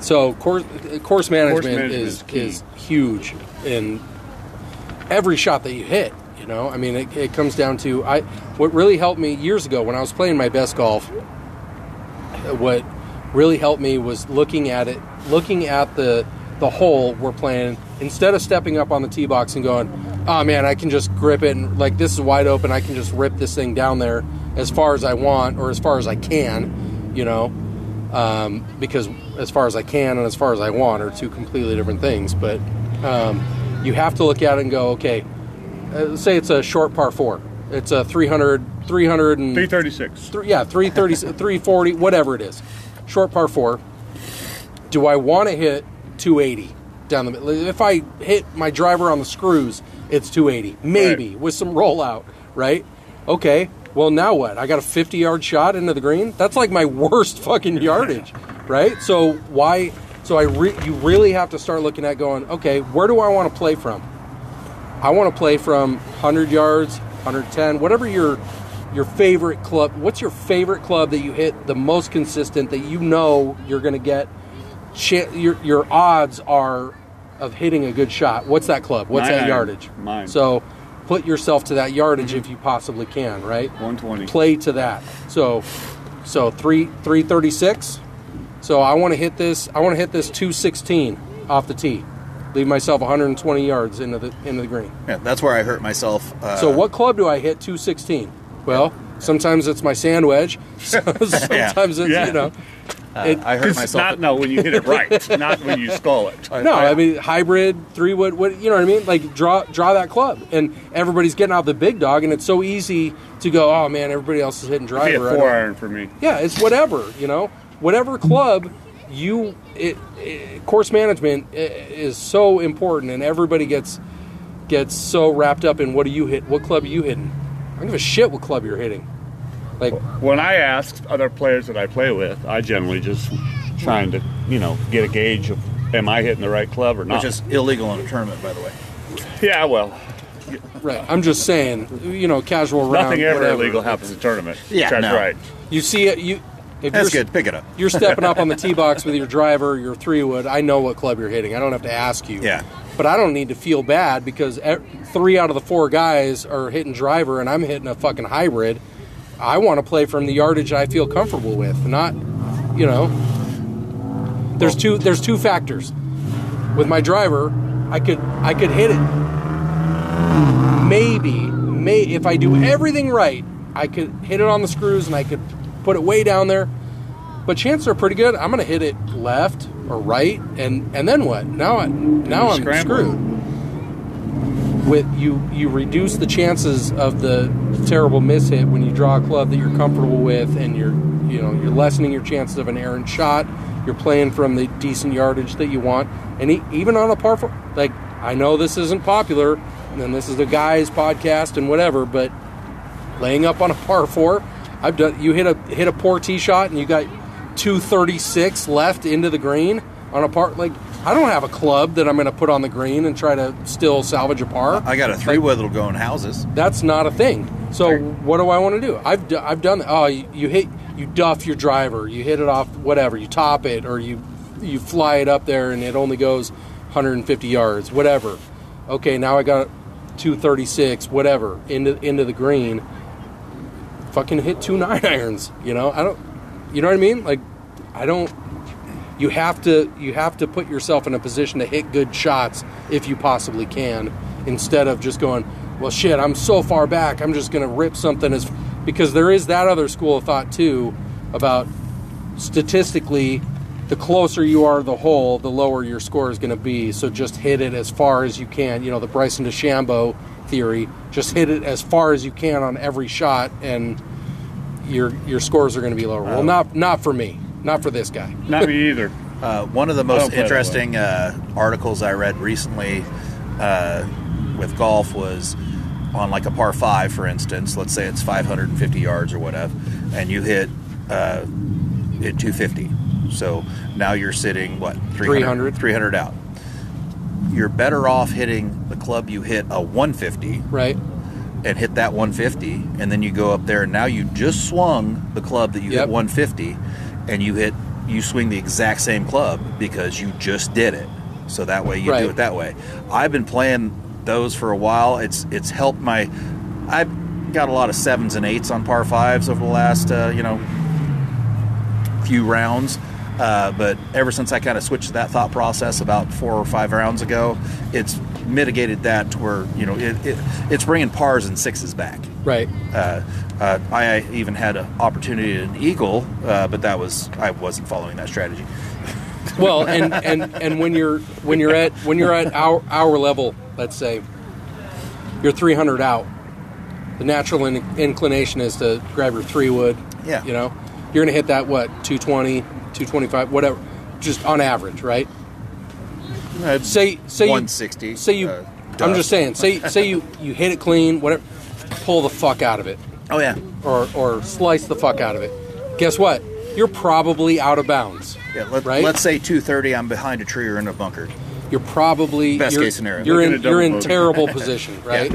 So course course management,
management
is
is key.
is, huge in every shot that you hit. You know, I mean, it, it comes down to I. What really helped me years ago when I was playing my best golf. What really helped me was looking at it, looking at the the hole we're playing instead of stepping up on the tee box and going, oh man, I can just grip it and like this is wide open. I can just rip this thing down there as far as I want or as far as I can. You know, um, because as far as I can and as far as I want are two completely different things. But um, you have to look at it and go, okay, uh, say it's a short par four. It's a 300, 300 and,
336.
three, yeah, 330, 340, whatever it is. Short par four. Do I want to hit 280 down the middle? If I hit my driver on the screws, it's 280, maybe with some rollout, right? Okay. Well, now what? I got a 50 yard shot into the green. That's like my worst fucking yardage, right? So why? So I re, you really have to start looking at going, okay, where do I want to play from? I want to play from 100 yards, 110, whatever your your favorite club. What's your favorite club that you hit the most consistent that you know you're going to get? Cha- your your odds are of hitting a good shot. What's that club? What's
Nine
that
iron.
yardage?
Mine.
So put yourself to that
Mm-hmm.
yardage if you possibly can. Right.
120.
Play to that. So so three three thirty six. So I want to hit this. I want to hit this two sixteen off the tee. Leave myself 120 yards into the into the green.
Yeah, that's where I hurt myself. Uh,
Uh-huh.
So what club do I hit 216? Well, sometimes it's my sand wedge. So- sometimes it's,
Yeah.
you know. it-
I hurt
It's
myself.
not no when you hit it right, not when you skull it.
no, I mean hybrid, three wood, what you know what I mean? Like draw draw that club. And everybody's getting out the big dog and it's so easy to go, "Oh man, everybody else is hitting
Be a
driver." I don't-
four iron for me.
yeah, it's whatever, you know. Whatever club you it, it course management i- is so important and everybody gets gets so wrapped up in what do you hit? What club are you hitting? I don't give a shit what club you're hitting. Like
When I ask other players that I play with, I generally just trying to you know get a gauge of am I hitting the right club or not.
Which is illegal in a tournament, by the way.
yeah, well,
Right. I'm just saying, you know, casual round.
nothing ever
whatever.
illegal happens in tournament.
Yeah,
that's
no.
right.
You see it. You. If
That's
you're,
good. Pick it up.
You're stepping up on the tee box with your driver, your three wood. I know what club you're hitting. I don't have to ask you.
Yeah.
But I don't need to feel bad because e- three out of the four guys are hitting driver, and I'm hitting a fucking hybrid. I want to play from the yardage I feel comfortable with, not, you know. There's two. There's two factors. With my driver, I could I could hit it maybe, may if I do everything right, I could hit it on the screws and I could put it way down there. But chances are pretty good. I'm going to hit it left or right, and and then what? Now I now
you
I'm
scramble.
screwed. With you, you reduce the chances of the terrible mishit when you draw a club that you're comfortable with, and you're you know you're lessening your chances of an errant shot. You're playing from the decent yardage that you want, and e- even on a par four, like I know this isn't popular, and this is the guys' podcast and whatever, but laying up on a par four. I've done. You hit a hit a poor tee shot and you got two thirty six left into the green on a par. Like I don't have a club that I'm going to put on the green and try to still salvage a par.
I got a three wood that'll go in houses.
That's not a thing. So what do I want to do? I've d- I've done that. Oh, you, you hit you duff your driver. You hit it off whatever. You top it or you you fly it up there and it only goes 150 yards. Whatever. Okay, now I got 236. Whatever into into the green. Fucking hit two nine irons. You know I don't. You know what I mean? Like I don't. You have to you have to put yourself in a position to hit good shots if you possibly can, instead of just going, well, shit, I'm so far back, I'm just gonna rip something as because there is that other school of thought too about statistically, the closer you are to the hole, the lower your score is going to be. So just hit it as far as you can. You know, the Bryson DeChambeau theory. Just hit it as far as you can on every shot, and your your scores are going to be lower. Well, not not for me, not for this guy.
Not me either.
Uh, one of the
don't
most
play that
interesting uh, articles I read recently uh, with golf was on like a par five, for instance. Let's say it's 550 yards or whatever, and you hit uh, hit 250. So now you're sitting what
300.
300 out. You're better off hitting the club you hit a 150
Right?
and hit that 150, and then you go up there, and now you just swung the club that you
Yep.
hit 150, and you hit you swing the exact same club because you just did it. So that way you
Right.
do it that way. I've been playing those for a while. It's it's helped my. I've got a lot of sevens and eights on par fives over the last uh, you know few rounds. Uh, but ever since I kind of switched to that thought process about four or five rounds ago, it's mitigated that to where you know it, it, it's bringing pars and sixes back.
Right?
Uh, uh, I even had an opportunity at an eagle, uh, but that was I wasn't following that strategy.
Well, and and and when you're when you're at when you're at our our level, let's say you're 300 out, the natural in, inclination is to grab your three wood.
Yeah.
You know, you're going to hit that what 220, 225, whatever, just on average, right?
Uh,
Say say you-
160,
Say you.
uh,
I'm
dust.
just saying. Say say you you hit it clean, whatever. Pull the fuck out of it.
Oh yeah,
or or slice the fuck out of it. Guess what? You're probably out of bounds.
yeah. Let,
Right?
Let's say two thirty. I'm behind a tree or in a bunker.
You're probably
Best
you're,
case scenario.
You're
Looking
in
at double
you're in
bogey.
terrible position, right?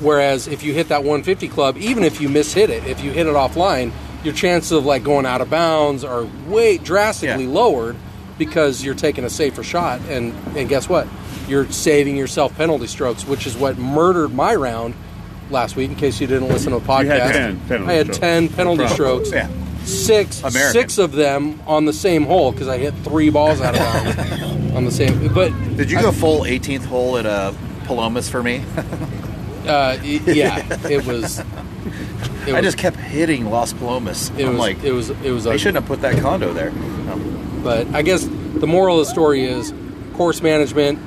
Whereas if you hit that 150 club, even if you mishit it, if you hit it offline, your chances of like going out of bounds are way drastically
Yeah.
lowered because you're taking a safer shot and and guess what? You're saving yourself penalty strokes, which is what murdered my round last week. In case you didn't listen to the podcast,
You had 10 penalty
I had
strokes.
ten penalty
problem.
strokes.
Yeah.
six
American.
six of them on the same hole because I hit three balls out of bounds on the same. But
Did you go full 18th hole at uh, Palomas for me?
uh, y- yeah, it was. It was
I just kept hitting Las Palomas.
it
I'm
was,
like,
it was it was
they
ugly.
shouldn't have put that condo there.
But I guess the moral of the story is course management,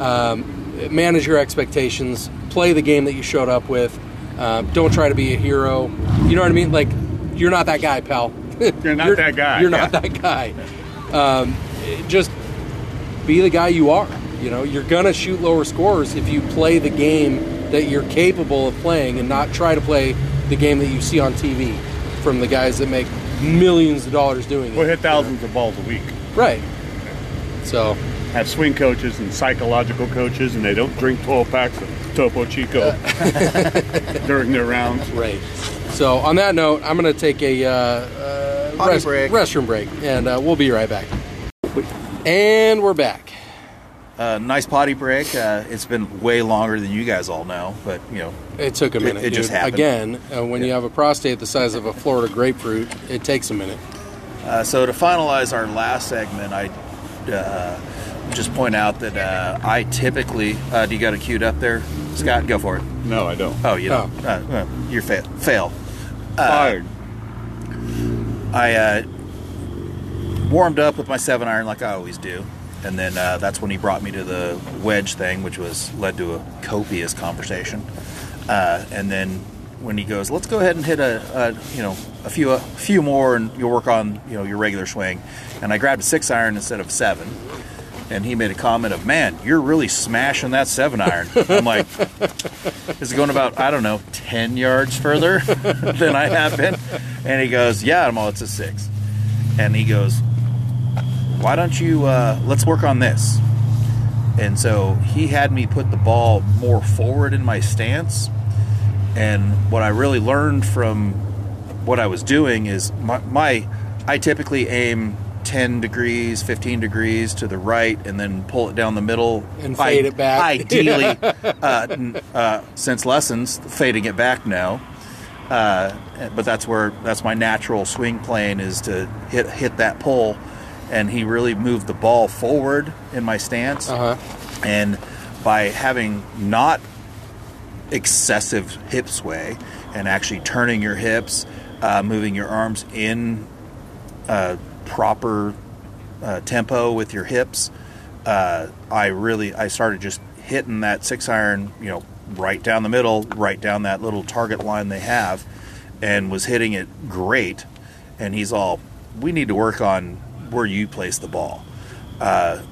um, manage your expectations, play the game that you showed up with. Uh, don't try to be a hero. You know what I mean? Like, you're not that guy, pal.
You're not that guy,
You're not that guy. Um, just be the guy you are. You know, you're gonna shoot lower scores if you play the game that you're capable of playing and not try to play the game that you see on TV from the guys that make millions of dollars doing it.
We'll hit thousands of balls a week.
Right. So,
Have swing coaches and psychological coaches, and they don't drink 12 packs of Topo Chico during their rounds.
right. So, on that note, I'm going to take a uh, uh,
Potty break.
restroom break, and uh, we'll be right back. And we're back.
Uh, nice potty break. Uh, it's been way longer than you guys all know, but you know,
It took a minute.
it just
dude.
happened.
Again, uh, when you have a prostate the size of a Florida grapefruit, it takes a minute.
Uh, so to finalize our last segment, I uh, just point out that uh, I typically uh, do you got it queued up there, Scott? Go for it.
No, I don't.
Oh, you
Oh.
don't. Uh, uh, you're fail. Fail.
Uh, Fired.
I uh, warmed up with my seven iron like I always do, and then uh, that's when he brought me to the wedge thing, which was led to a copious conversation. Uh, and then when he goes, "Let's go ahead and hit a, a you know a few a few more, and you'll work on you know your regular swing," and I grabbed a six iron instead of a seven. And he made a comment of, "Man, you're really smashing that seven iron." I'm like, is going about I don't know ten yards further than I have been, and he goes, "Yeah, I'm all it's a six. and he goes, "Why don't you uh, let's work on this?" And so he had me put the ball more forward in my stance, and what I really learned from what I was doing is my, my I typically aim. 10 degrees, 15 degrees to the right, and then pull it down the middle.
And fade it back.
Ideally, uh, n- uh, since lessons, fading it back now. Uh, but that's where that's my natural swing plane is to hit hit that pull, and he really moved the ball forward in my stance,
Uh-huh.
and by having not excessive hip sway and actually turning your hips, uh, moving your arms in uh, proper uh, tempo with your hips. Uh, I really I started just hitting that six iron, you know, right down the middle, right down that little target line they have, and was hitting it great. And he's all, we need to work on where you place the ball. Uh,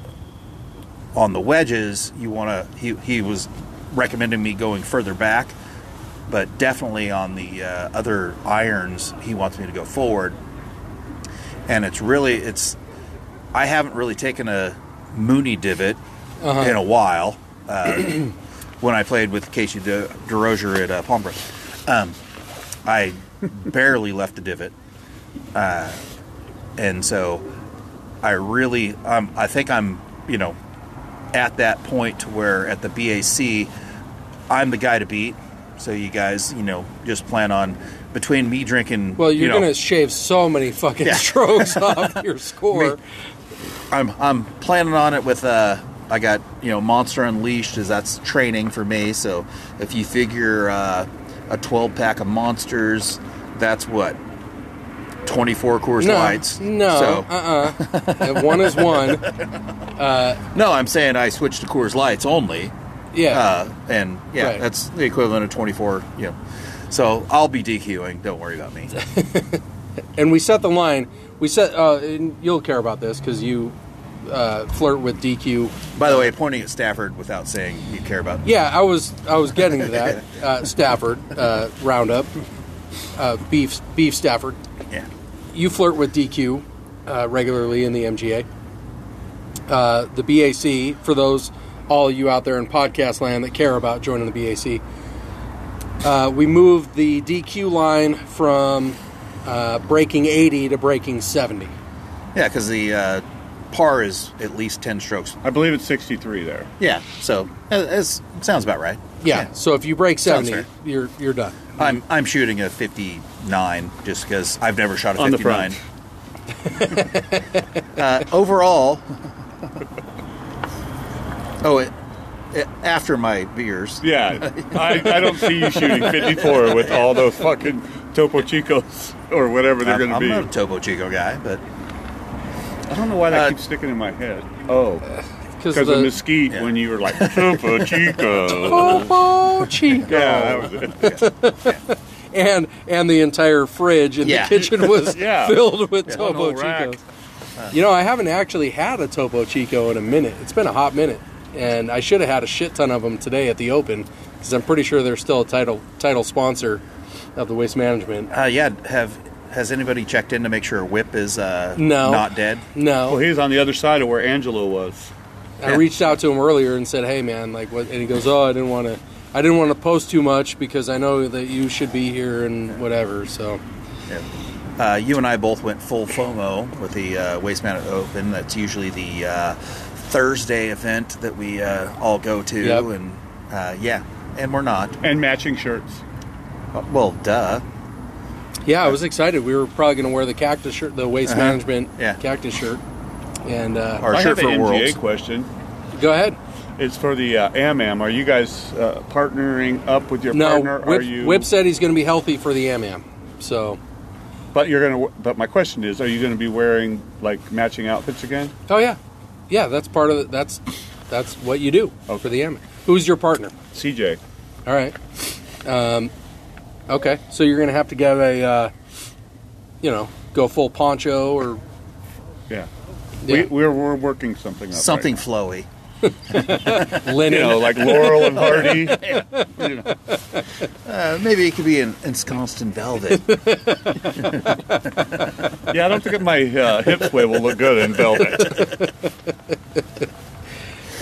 on the wedges, you want to. He he was recommending me going further back, but definitely on the uh, other irons, he wants me to go forward. And it's really it's. I haven't really taken a Mooney divot
Uh-huh.
in a while. Uh, when I played with Casey De- DeRozier at uh, Palmbrook, um, I barely left a divot, uh, and so I really, um, I think I'm, you know, at that point to where at the BAC, I'm the guy to beat. So you guys, you know, just plan on between me drinking.
Well,
you
you're
know,
going to shave so many fucking
Yeah.
strokes off your score.
I'm I'm planning on it with uh I got you know Monster Unleashed is that's training for me. So if you figure uh, a 12 pack of monsters, that's what 24 Coors
no,
Lights.
no,
So
uh-uh. If one is one.
no, I'm saying I switched to Coors Lights only.
uh. Yeah.
Uh, and yeah,
Right.
that's the equivalent of 24. You know. So I'll be DQing. Don't worry about me.
and we set the line. We set, uh, and you'll care about this because you uh, flirt with DQ.
By the way, pointing at Stafford without saying you care about.
Yeah, I was, I was getting to that. Uh, Stafford uh, roundup, uh, beef, beef Stafford.
Yeah.
You flirt with DQ uh, regularly in the MGA. Uh, the BAC for those all you out there in podcast land that care about joining the BAC. Uh, we moved the DQ line from uh, breaking 80 to breaking 70.
Yeah, because the uh, par is at least 10 strokes
I believe it's 63 there.
Yeah, so it, it's- it sounds about right.
Yeah. So if you break
Sounds
70,
fair.
you're you're done.
I'm I'm shooting a 59 just because I've never shot a
On the
59. uh, overall, oh, it, it, after my beers,
Yeah, I, I don't see you shooting 54 with all those fucking Topo Chicos or whatever they're
I'm,
going to
I'm
be.
not a Topo Chico guy, but
I don't know why that
Uh,
keeps sticking in my head. Oh,
Because
because
the
of mesquite
Yeah.
when you were like Topo Chico.
Topo Chico.
Yeah, that was it.
And and the entire fridge in the
Yeah.
kitchen was
Yeah.
filled with
One
Topo
whole rack.
Chicos. You know, I haven't actually had a Topo Chico in a minute. It's been a hot minute, and I should have had a shit ton of them today at the Open because I'm pretty sure they're still a title title sponsor of the waste management.
uh, yeah, have has anybody checked in to make sure Whip is uh,
No.
not dead?
Well,
No,
he's on the other side of where Angelo was.
I reached out to him earlier and said, "Hey, man, like what?" And he goes, "Oh, I didn't want to." I didn't want to post too much because I know that you should be here and whatever. So,
Yeah. Uh, you and I both went full FOMO with the uh, Waste Management Open. That's usually the uh, Thursday event that we uh, all go to,
Yep.
and uh, yeah, and we're not.
And matching shirts.
Uh, Well, duh.
Yeah, I was excited. We were probably going to wear the cactus shirt, the
Uh-huh.
waste management
Yeah.
cactus shirt. And uh,
Our
I
shirt
have
for
an MGA
Worlds.
question.
go ahead.
It's for the uh, AMAM. Are you guys uh, partnering up with your
No,
partner?
Whip,
are you?
Whip said he's going to be healthy for the AMAM. So,
But you're gonna. But my question is, are you gonna be wearing like matching outfits again?
oh yeah, yeah, that's part of the, that's that's what you do for the AMAM. Who's your partner?
CJ.
All right. Um, okay, so you're going to have to get a, uh, you know, go full poncho or
Yeah.
yeah,
We, we're, we're working something up.
Something flowy.
linen.
right now. You know, like Laurel and Hardy. You know.
Uh, maybe it could be an ensconced in velvet.
Yeah, I don't think my uh, hip sway will look good in velvet.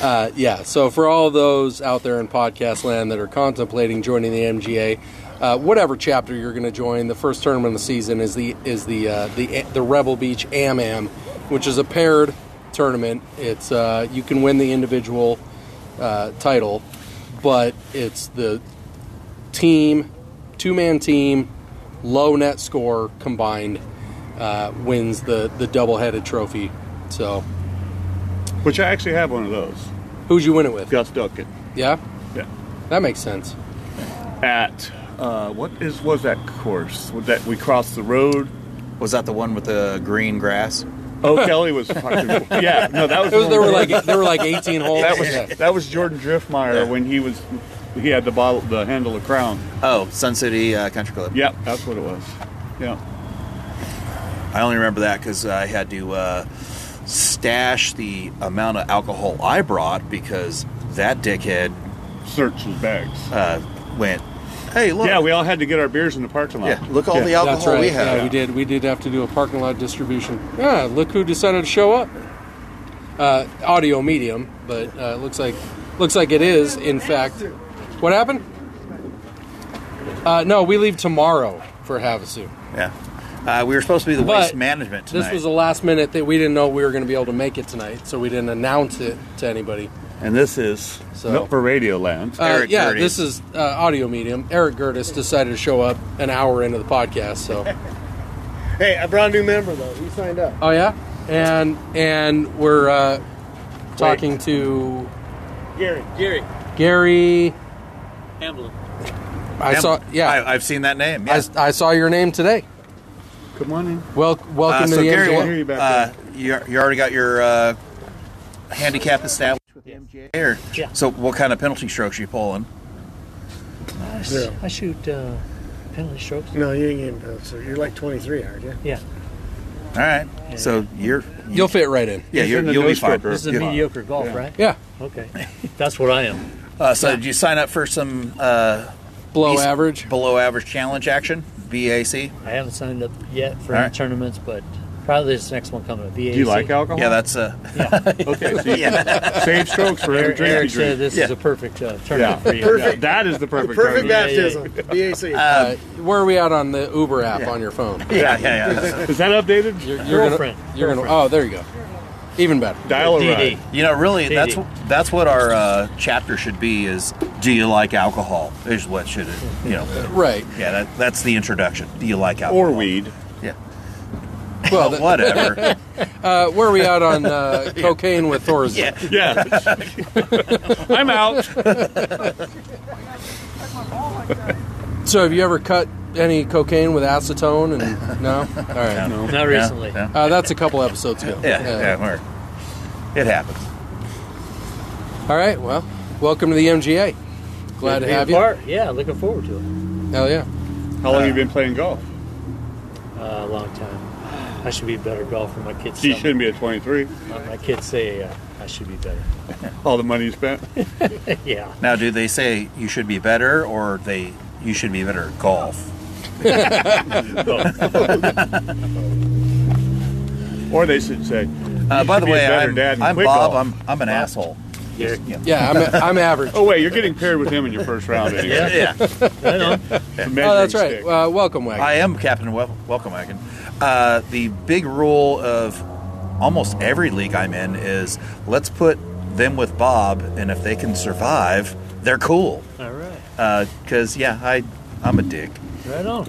Uh, yeah, so for all those out there in podcast land that are contemplating joining the MGA, uh, whatever chapter you're going to join, the first tournament of the season is the is the uh, the the Rebel Beach Am Am, which is a paired tournament. It's uh, you can win the individual uh, title, but it's the team two man team low net score combined uh, wins the the double headed trophy. So
Which I actually have one of those.
who'd you win it with?
Gus Duncan.
Yeah,
Yeah.
that makes sense.
At uh, what is was that course that we crossed the road?
Was that the one with the green grass?
Oh, Kelly was fucking. Yeah, no, that was.
It was,
the
there
one
were
where-
like there were like 18 holes.
that was
Yeah.
that was Jordan Driftmeyer
Yeah.
when he was he had the bottle, the handle of Crown.
Oh, Sun City uh, Country Club.
Yep, that's what it was. Yeah,
I only remember that because I had to uh, stash the amount of alcohol I brought because that dickhead
search his bags.
uh, went, "Hey, look,
yeah, we all had to get our beers in the parking lot.
yeah, look all the alcohol
That's right.
we have."
Yeah, we did. We did have to do a parking lot distribution. Yeah, look who decided to show up. Uh, audio medium, but uh, it looks like looks like it is in fact. What happened? Uh, no, we leave tomorrow for Havasu.
Yeah. Uh, we were supposed to be the
But
waste management tonight,
This was the last minute that we didn't know we were going to be able to make it tonight, so we didn't announce it to anybody.
And this is
So-
not for Radio Land.
Uh,
Eric
yeah,
Gerdes.
this is uh, audio medium. Eric Gertis decided to show up an hour into the podcast, so.
Hey, I brought a new member though. He signed up.
Oh yeah, and and we're uh, talking to
Gary.
Gary
Gary.
Hamblin.
I saw yeah,
I, I've seen that name.
I,
Yeah.
I saw your name today.
Come on in.
Wel- welcome
Uh,
to
so
the
Gary,
MJ.
what-
Hear you back
uh, you, you already got your uh, handicap established with the MJ. Or,
Yeah.
So what kind of penalty strokes you pulling?
I, s-
Zero.
I shoot uh, penalty strokes.
No, you ain't getting past. So you're like 23, aren't you?
Yeah,
All right. So you're
You'll fit right in.
yeah
He's
you're,
in the
you'll be
nose
fine.
stripper.
this is a
Yeah.
mediocre golf, right?
Yeah,
Okay, that's what I am.
Uh, so did you sign up for some uh,
below
He's-
average.
below average challenge action? BAC.
I haven't signed up yet for
All
any
right.
tournaments, but probably this next one coming. VAC.
Do you like alcohol?
Uh-huh.
Yeah, that's uh,
okay. So you
yeah.
save strokes for every
Eric,
drink you
Eric said
drink.
this is
Yeah.
a perfect uh,
Yeah,
tournament for you.
Yeah, that is the perfect.
Perfect
time to
baptism. BAC.
Uh, where are we at on the Uber app on your phone?
yeah, yeah, yeah.
do it. Is that updated?
You're, you're
Girlfriend.
gonna. You're gonna. Oh, there you go. Even better.
Dial a
DD.
ride.
You know, really,
Dee
that's
Dee.
that's what our uh, chapter should be: is do you like alcohol? Is what should it? You know,
Right.
yeah, that, that's the introduction. Do you like alcohol
Or weed.
Yeah,
Well,
well, whatever.
uh, where are we at on uh, cocaine with Thorazine?
yeah,
Yeah. I'm out.
So, have you ever cut any cocaine with acetone? And no. All right.
Not
Yeah,
recently.
Yeah,
Uh, that's a couple episodes ago.
yeah, yeah, we're- it happens.
All right. Well, welcome to the MGA. Glad to
Be a
have you.
part. Yeah, looking forward to it.
Hell yeah.
How long you been playing golf?
Uh, a long time. I should be a better golfer. My kids.
You
tell me-
shouldn't be at 23.
uh, my kids say uh, I should be better.
All the money you spent.
yeah.
Now, do they say you should be better, or they you should be better at golf?
Or they should say.
Uh,
you
by
should
the
be a
way,
better
I'm,
dad and
I'm
quit
Bob.
golf.
I'm I'm an asshole.
Eric.
Yeah, I'm, a, I'm average.
Oh wait, you're getting paired with him in your first round. Anyway.
Yeah.
Yeah,
Right on.
It's a
Oh,
measuring
that's right.
stick.
Uh, welcome, Wagon.
I am Captain Wel- Welcome Wagon. Uh, the big rule of almost every league I'm in is let's put them with Bob, and if they can survive, they're cool.
All right.
Because yeah, I I'm a dick.
Right on.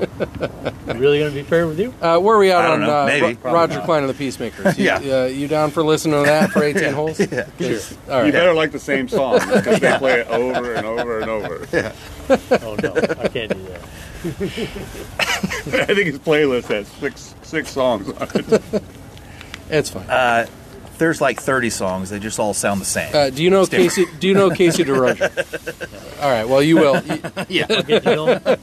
really gonna be fair with you?
Uh, where are we at
I don't
on
know.
uh,
Maybe.
Ro- Roger Klein of the Peacemakers? You,
Yeah.
Uh, you down for listening to that for 18 holes? Yeah. All
You
right.
better like the same song because they play it over and over and over.
Oh no, I can't do that.
I think his playlist has six six songs on it.
It's fine. Uh,
Uh, there's like 30 songs. They just all sound the same.
do you know
Stimmer.
Casey? Do you know Casey DeRozier? All right. Well, you will. You-
I'll get to know him.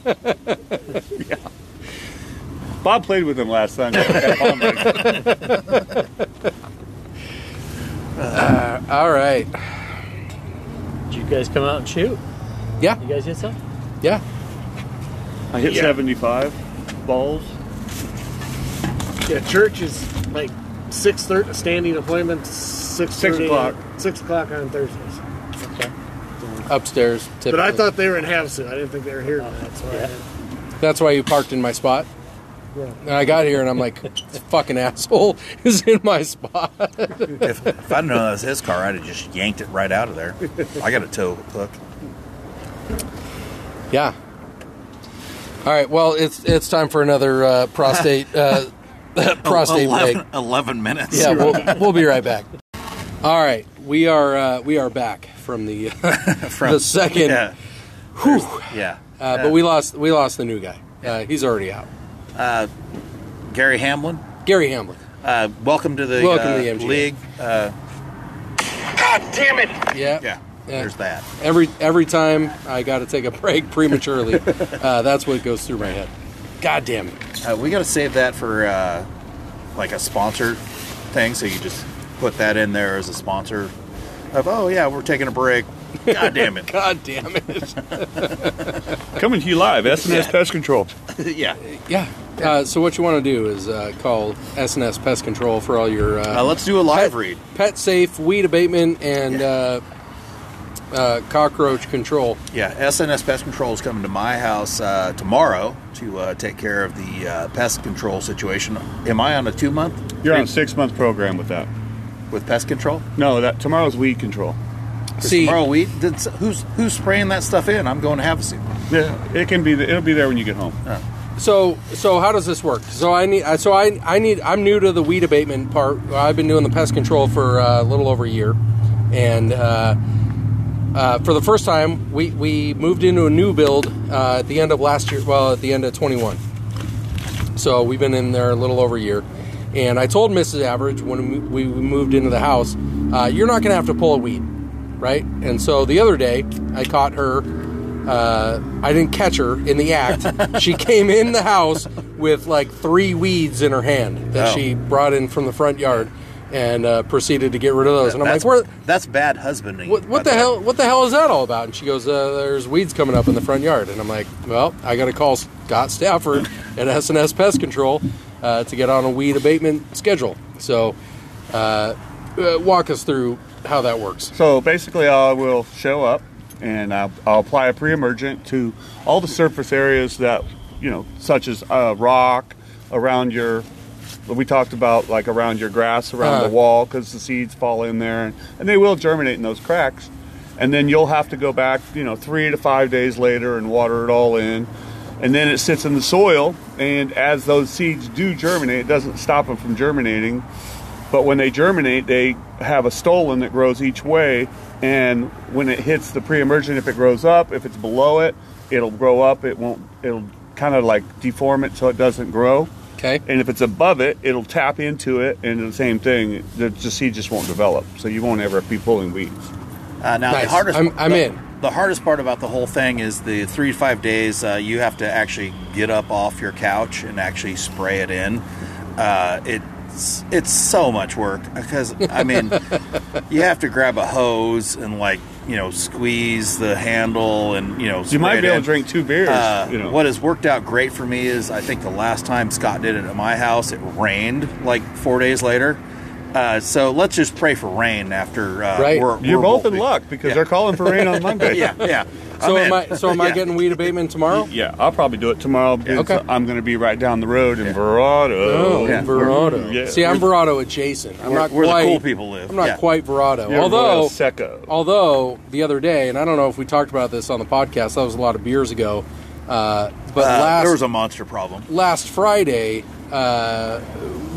Bob played with him last Sunday. Oh, my-
All right.
Did you guys come out and shoot?
Yeah.
You guys hit some?
Yeah.
I hit 75 balls.
yeah, church is like six thirty standing appointment. Six
o'clock.
Six o'clock on Thursdays.
Upstairs. Typically.
But I thought they were in Havasu. I didn't think they were here. Oh, That's why. I
yeah.
had-
that's why you parked in my spot.
Yeah.
And I got here and I'm like, this fucking asshole is in my spot.
if, if I'd known that was his car, I'd have just yanked it right out of there. I got a tow hook.
Yeah. All right. Well, it's it's time for another uh, prostate uh, prostate break.
11, 11 minutes.
Yeah, we'll, we'll be right back. All right, we are uh, we are back from the,
From-
the second.
Yeah.
Whew.
yeah.
uh, but we lost we lost the new guy. Uh, he's already out.
Gary Hamlin.
Gary Hamlin.
Uh, welcome to the,
Welcome to
uh,
the MGA.
league. Uh,
God damn it!
Yeah.
yeah.
Yeah.
There's that.
Every every time I got to take a break prematurely, uh, that's what goes through my head. God damn it!
Uh, we got to save that for uh, like a sponsor thing. So you just put that in there as a sponsor of, oh, yeah, we're taking a break. God damn it.
God damn it!
Coming to you live, SNS Pest Control.
yeah.
yeah. Uh, so what you want to do is uh, call SNS Pest Control for all your uh,
Uh, let's do a live read.
pet safe weed abatement and uh, uh, cockroach control.
Yeah, SNS Pest Control is coming to my house uh, tomorrow to uh, take care of the uh, pest control situation. Am I on a two month
You're on a six month program with that.
with pest control?
No, that tomorrow's weed control.
See,
tomorrow we did, s- who's who's spraying that stuff in? I'm going to Havasu.
Yeah, it can be. The, it'll be there when you get home.
so so how does this work? So I need I- so I I need I'm new to the weed abatement part. I've been doing the pest control for uh, a little over a year, and uh, uh, for the first time we we moved into a new build uh, at the end of last year. Well, at the end of 21. So we've been in there a little over a year. And I told Mrs. Average when we we moved into the house, uh, you're not going to have to pull a weed, right? And so the other day, I caught her. Uh, I didn't catch her in the act. she came in the house with like three weeds in her hand that
Oh.
she brought in from the front yard and uh, proceeded to get rid of those. And I'm like,
that's,
where?
that's bad husbanding.
What, what the hell? What the hell is that all about? And she goes, uh, "There's weeds coming up in the front yard." And I'm like, "Well, I got to call Scott Stafford at S&S Pest Control uh, to get on a weed abatement schedule." So, uh, uh, walk us through how that works.
So basically, I will show up and I'll, I'll apply a pre-emergent to all the surface areas that you know, such as uh, rock around your. We talked about like around your grass, around
Uh-huh.
the wall, because the seeds fall in there, and, and they will germinate in those cracks. And then you'll have to go back, you know, three to five days later and water it all in. And then it sits in the soil, and as those seeds do germinate, it doesn't stop them from germinating. But when they germinate, they have a stolon that grows each way. And when it hits the pre-emergent, if it grows up, if it's below it, it'll grow up. It won't. It'll kind of like deform it so it doesn't grow.
Okay.
And if it's above it, it'll tap into it, and the same thing. The, the seed just won't develop, so you won't ever be pulling weeds.
Uh, now
Nice.
the hardest.
I'm- I'm
the,
in.
The hardest part about the whole thing is the three to five days. Uh, you have to actually get up off your couch and actually spray it in. Uh, it's it's so much work because I mean, you have to grab a hose and like you know squeeze the handle and you know
You
spray
might
it
be able
in.
to drink two beers.
Uh,
you know.
What has worked out great for me is I think the last time Scott did it at my house, it rained like four days later. Uh, so let's just pray for rain after uh,
Right.
we're,
You're
we're
both in
both-
luck because
Yeah.
they're calling for rain on Monday.
Yeah, yeah.
So
I'm
am I?
in.
So am I
Yeah.
getting weed abatement tomorrow?
Yeah, I'll probably do it tomorrow because
Okay.
I'm going to be right down the road in Verado.
Oh,
Yeah.
Verado.
Yeah.
See, I'm Verado adjacent. I'm
Where-
not
where the
quite,
cool people live.
I'm not
Yeah.
quite Verado.
You're
although
Royal Seco.
Although the other day, and I don't know if we talked about this on the podcast, that was a lot of beers ago. Uh, but
Uh,
last
there was a monster problem.
last Friday, uh,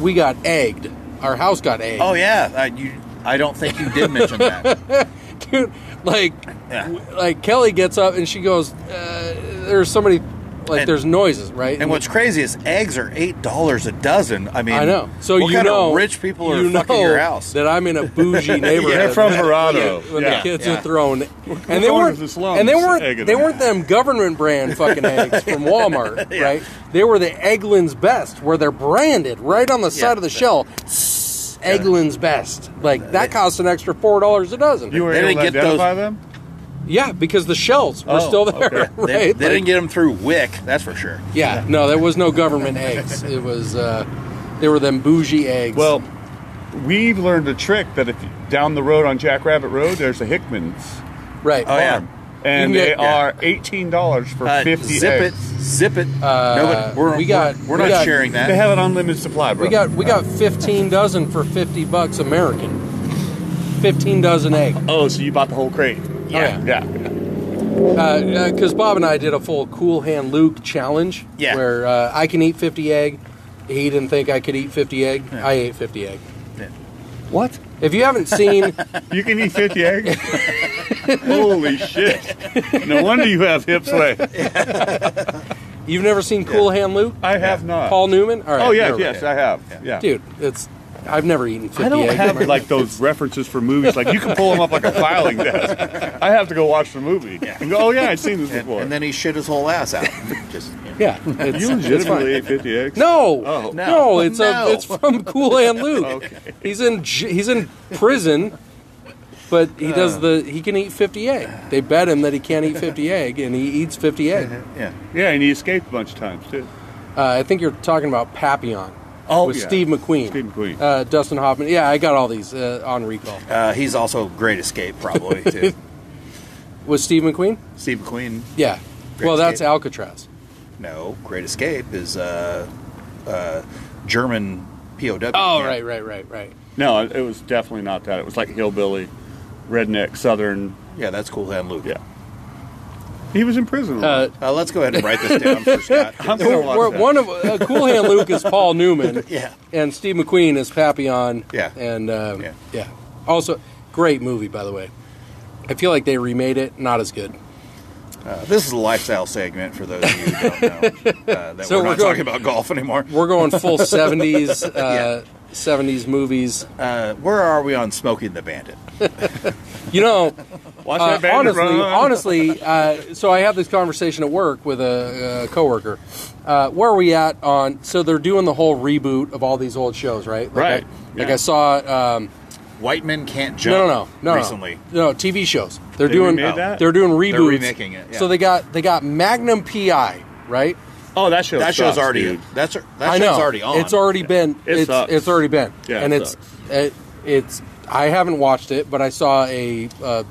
we got egged. Our house got egged.
Oh yeah, I, you. I don't think you did mention that.
dude! Like,
Yeah.
w- like Kelly gets up and she goes, uh, "There's somebody, like,
And-
there's noises, right?"
And what's crazy is eggs are eight dollars a dozen. I mean,
I know. So
what
you
kind
know,
of rich people are
you
fucking
know
your house?
that I'm in a bougie neighborhood.
They're from
that-
Verado.
when
Yeah.
the kids
Yeah.
are thrown, and they
going
weren't,
to the slums,
and they weren't,
egging
they
them.
weren't them government brand fucking eggs from Walmart, right? They were the Eggland's Best, where they're branded right on the side of the shell. Eggland's Best, like that costs an extra four dollars a dozen.
You were
They
able to
didn't get
identify them?
yeah, because the shells were
Oh,
still there,
okay.
right?
they, they didn't get them through Wick, that's for sure.
yeah, no, there was no government eggs. It was, uh, they were them bougie eggs.
Well, we've learned a trick that if you, down the road on Jackrabbit Road, there's a Hickman's
right.
Oh, yeah.
farm,
can
and
get-
they
yeah.
are eighteen dollars for
Uh,
fifty
zip
eggs.
it, zip it.
Uh,
Nobody, we're,
we got-
we're, we're
we
not
got-
sharing
They
that.
have an unlimited supply, bro.
We got we got 15 dozen for 50 bucks American. 15 dozen egg.
oh, so you bought the whole crate?
Yeah.
yeah.
Because Uh, Bob and I did a full Cool Hand Luke challenge.
Yeah.
Where uh, I can eat 50 egg. He didn't think I could eat 50 egg. I ate 50 egg.
Yeah.
What? If you haven't seen,
You can eat fifty eggs. Holy shit! No wonder you have hips like
you've never seen Cool Hand Luke.
I have not.
Paul Newman. All right.
oh yes,
never mind.
yes, I have. Yeah,
Dude, it's I've never eaten 50
I don't
egg
have
burgers.
like those references for movies. Like you can pull them up like a filing desk. I have to go watch the movie and go. Oh yeah, I've seen this
And,
before.
and then he shit his whole ass out. Just you know.
yeah, it's, it's
you
fine.
legitimately ate 50 eggs.
No,
Oh.
no,
No.
it's
No.
A, it's from Cool and Luke. He's in j- he's in prison, but he does the he can eat fifty egg. They bet him that he can't eat fifty egg, and he eats fifty egg. Uh,
Yeah.
Yeah, and he escaped a bunch of times too.
I think you're talking about Papillon.
Oh,
with
yeah.
Steve McQueen,
Steve McQueen.
uh, Dustin Hoffman. Yeah, I got all these uh, on recall.
Uh, he's also Great Escape, probably too.
Was Steve McQueen?
Steve McQueen.
Yeah.
Great
well, that's
escape.
Alcatraz.
No, Great Escape is uh, uh, German POW.
Oh,
camp.
right, right, right, right.
No, it was definitely not that. It was like hillbilly, redneck, southern.
Yeah, that's cool. Hand Luke.
Yeah. He was in prison.
Uh,
Uh, let's go ahead and write this down for Scott.
I'm gonna watch
we're-
that.
one of uh, Cool Hand Luke is Paul Newman.
Yeah.
and Steve McQueen is Papillon.
Yeah.
and um,
Yeah.
yeah. Also, great movie by the way. I feel like they remade it, not as good.
Uh, this is a lifestyle segment for those of you who don't know uh, that
So
we're,
we're
not
going-
talking about golf anymore.
We're going full seventies, uh, seventies movies.
Uh, where are we on Smoking the Bandit?
You know,
Watch
uh,
that bandit
honestly,
run.
honestly. Uh, so I have this conversation at work with a, a coworker. Uh, where are we at on? So they're doing the whole reboot of all these old shows, right? Like
Right,
I, like
yeah.
I saw. Um,
White men can't jump.
no, no, no, no, no.
Recently,
no, TV shows. They're
They
doing.
remade that?
They're doing reboots.
They're remaking it, yeah.
So they got they got Magnum PI, right?
oh, that show.
that
sucks,
show's already
dude.
that's that
I
show's
know.
already on.
It's already been.
It
it's
sucks.
it's already been.
Yeah,
and
it
it's
sucks.
it, it's. I haven't watched it, but I saw a uh,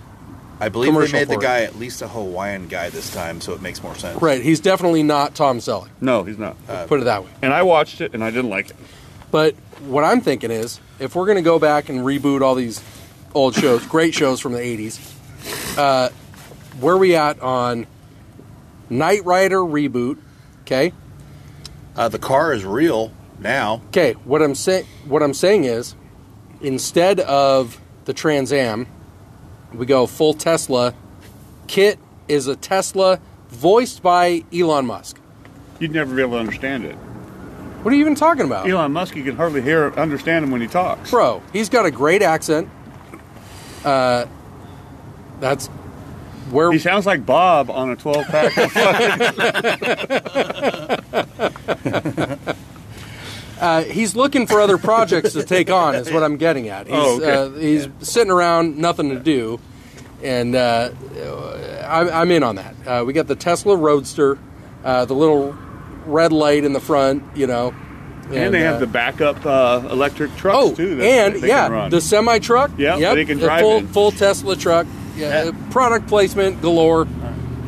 I believe they
commercial
made the
for it.
guy at least a Hawaiian guy this time, so it makes more sense.
right. He's definitely not Tom Selleck.
No, he's not.
put it that way.
and I watched it, and I didn't like it.
But what I'm thinking is, if we're going to go back and reboot all these old shows, great shows from the 80s, uh, where are we at on Knight Rider reboot? Okay.
Uh, the car is real now.
Okay, what I'm saying what I'm saying is instead of the Trans Am, we go full Tesla. Kit is a Tesla voiced by Elon Musk.
You'd never be able to understand it.
What are you even talking about?
Elon Musk, you can hardly hear, understand him when he talks.
Bro, he's got a great accent. Uh that's where
He sounds like Bob on a 12 pack.
uh, he's looking for other projects to take on is what I'm getting at. He's
Oh, okay.
uh, he's sitting around nothing to do and uh, I'm, I'm in on that. Uh, we got the Tesla Roadster, uh, the little red light in the front, you know.
and, they
uh,
have the backup uh, electric trucks,
oh,
too. that
and
they can
yeah,
run.
the semi truck.
Yeah,
yep,
they can
the
drive
full
in.
full Tesla truck. Yeah,
Yeah.
uh, product placement galore.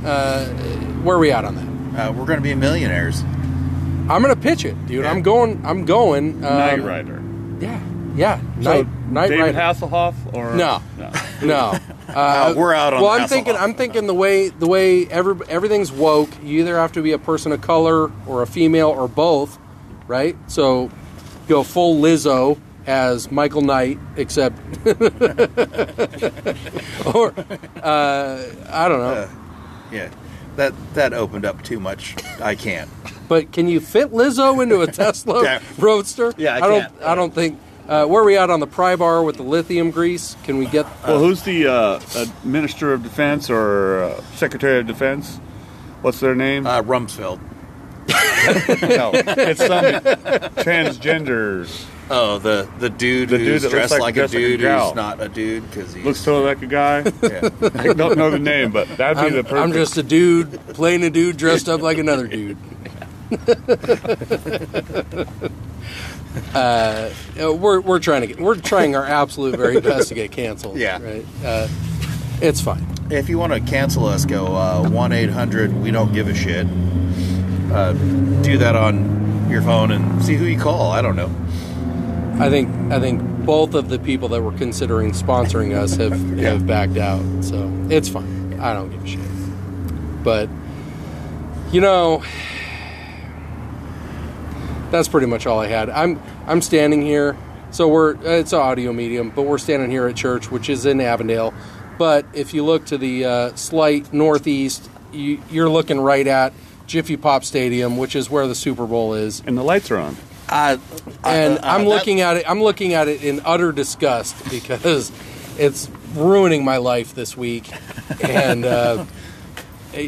Uh, where are we at on that?
Uh, we're going to be millionaires.
I'm gonna pitch it, dude.
Yeah.
I'm going. I'm going. Um,
Night Rider.
Yeah, yeah.
So,
Night, night
David
Rider.
Hasselhoff or
No. No. Uh,
No, we're out on
Well, I'm
Hasselhoff.
thinking. I'm thinking the way the way every, everything's woke. You either have to be a person of color or a female or both, right? So, go full Lizzo as Michael Knight, except or uh, I don't know.
Yeah, that that opened up too much. I can't.
But can you fit Lizzo into a Tesla
Yeah.
Roadster?
Yeah, I
don't.
can't.
I don't think. Uh, where are we at on the pry bar with the lithium grease? Can we get?
Well, who's the uh, uh, Minister of Defense or uh, Secretary of Defense? What's their name?
Uh, Rumsfeld.
no, it's some transgender.
Oh, the the dude
The dude
who's
that looks
dressed
like-
like, a
dressed like a
dude
gal.
who's not a dude because he
Looks totally like a guy. I don't know the name, but that'd be the
I'm,
perfect.
I'm just a dude playing a dude dressed up like another dude. uh, uh, we're we're trying to get we're trying our absolute very best to get canceled.
Yeah.
right. Uh, it's fine.
If you want to cancel us, go uh, one eight hundred. We don't give a shit. Uh, do that on your phone and see who you call. I don't know.
I think I think both of the people that were considering sponsoring us have, have backed out, so it's fine. I don't give a shit. But you know, that's pretty much all I had. I'm I'm standing here, so we're it's an audio medium, but we're standing here at church, which is in Avondale. But if you look to the uh, slight northeast, you, you're looking right at Jiffy Pop Stadium, which is where the Super Bowl is.
and the lights are on.
I, I-
and
uh, uh,
I'm
that-
looking at it. I'm looking at it in utter disgust because it's ruining my life this week, and uh,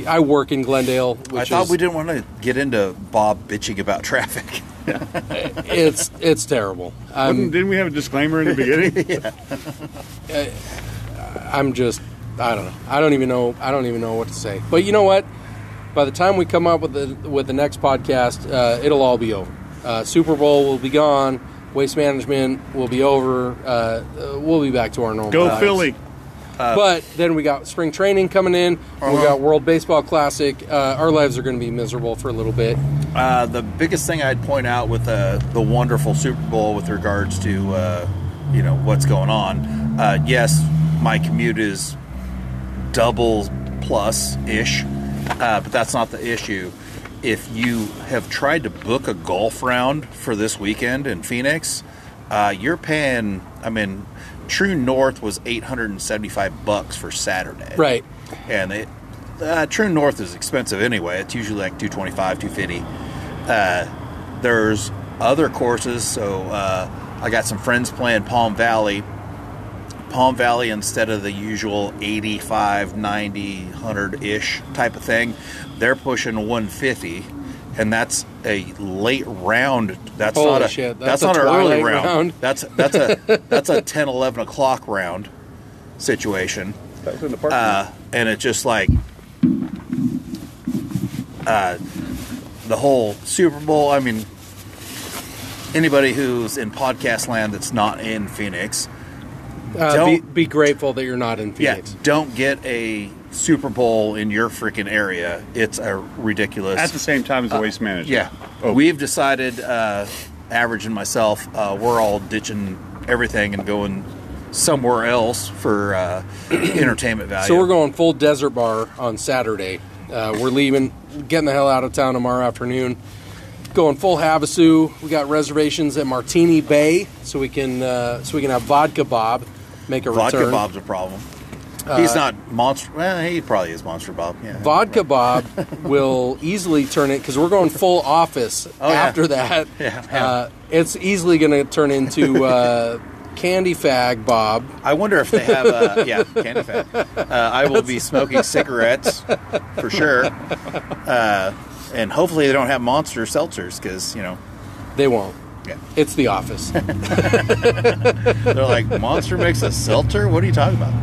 I work in Glendale. Which
I thought
is,
we didn't want to get into Bob bitching about traffic.
It's it's terrible.
Wasn't-
I'm
Didn't we have a disclaimer in the beginning?
I'm just I don't know. I don't even know. I don't even know what to say. But you know what? By the time we come up with the with the next podcast, uh, it'll all be over. Uh, Super Bowl will be gone. Waste management will be over. Uh, uh, we'll be back to our normal.
Go
lives.
Philly.
Uh,
but then we got spring training coming in.
Uh-huh.
We got World Baseball Classic. Uh, our lives are going to be miserable for a little bit.
Uh, the biggest thing I'd point out with uh, the wonderful Super Bowl with regards to uh, you know what's going on. Uh, yes, my commute is double plus ish, uh, but that's not the issue. If you have tried to book a golf round for this weekend in Phoenix, uh, you're paying. I mean, True North was eight hundred and seventy-five bucks for Saturday,
Right.
and it uh, True North is expensive anyway. It's usually like 225, 250. Uh, there's other courses, so uh, I got some friends playing Palm Valley. Palm Valley instead of the usual 85, 90, 100 ish type of thing, they're pushing 150. And that's a late round. That's
Holy
not a
shit, that's
that's, not
a
an early
twilight
round.
round.
That's that's a that's a 10, 11 o'clock round situation
That was in the park.
uh, and it's just like uh, the whole Super Bowl. I mean, anybody who's in podcast land that's not in Phoenix,
Uh,
Don't-
be, be grateful that you're not in Phoenix.
yeah, don't get a Super Bowl in your freaking area. It's a ridiculous.
At the same time
Uh,
as the waste management.
yeah,
Oh,
we've decided, uh, average and myself, uh, we're all ditching everything and going somewhere else for uh, entertainment value.
So we're going full desert bar on Saturday. Uh, we're leaving, getting the hell out of town tomorrow afternoon. Going full Havasu. We got reservations at Martini Bay, so we can uh, so we can have vodka Bob make a
Vodka
return.
Bob's a problem.
Uh,
He's not monster. Well, he probably is monster Bob. Yeah.
Vodka Bob will easily turn it because we're going full office
Oh, yeah.
after that.
Yeah, yeah.
Uh, it's easily going to turn into uh, Candy Fag Bob.
I wonder if they have a yeah candy fat. Uh, I will be smoking cigarettes for sure, uh, and hopefully they don't have monster seltzers because you know
They won't.
yeah.
It's the office.
they're like monster makes a seltzer. What are you talking about?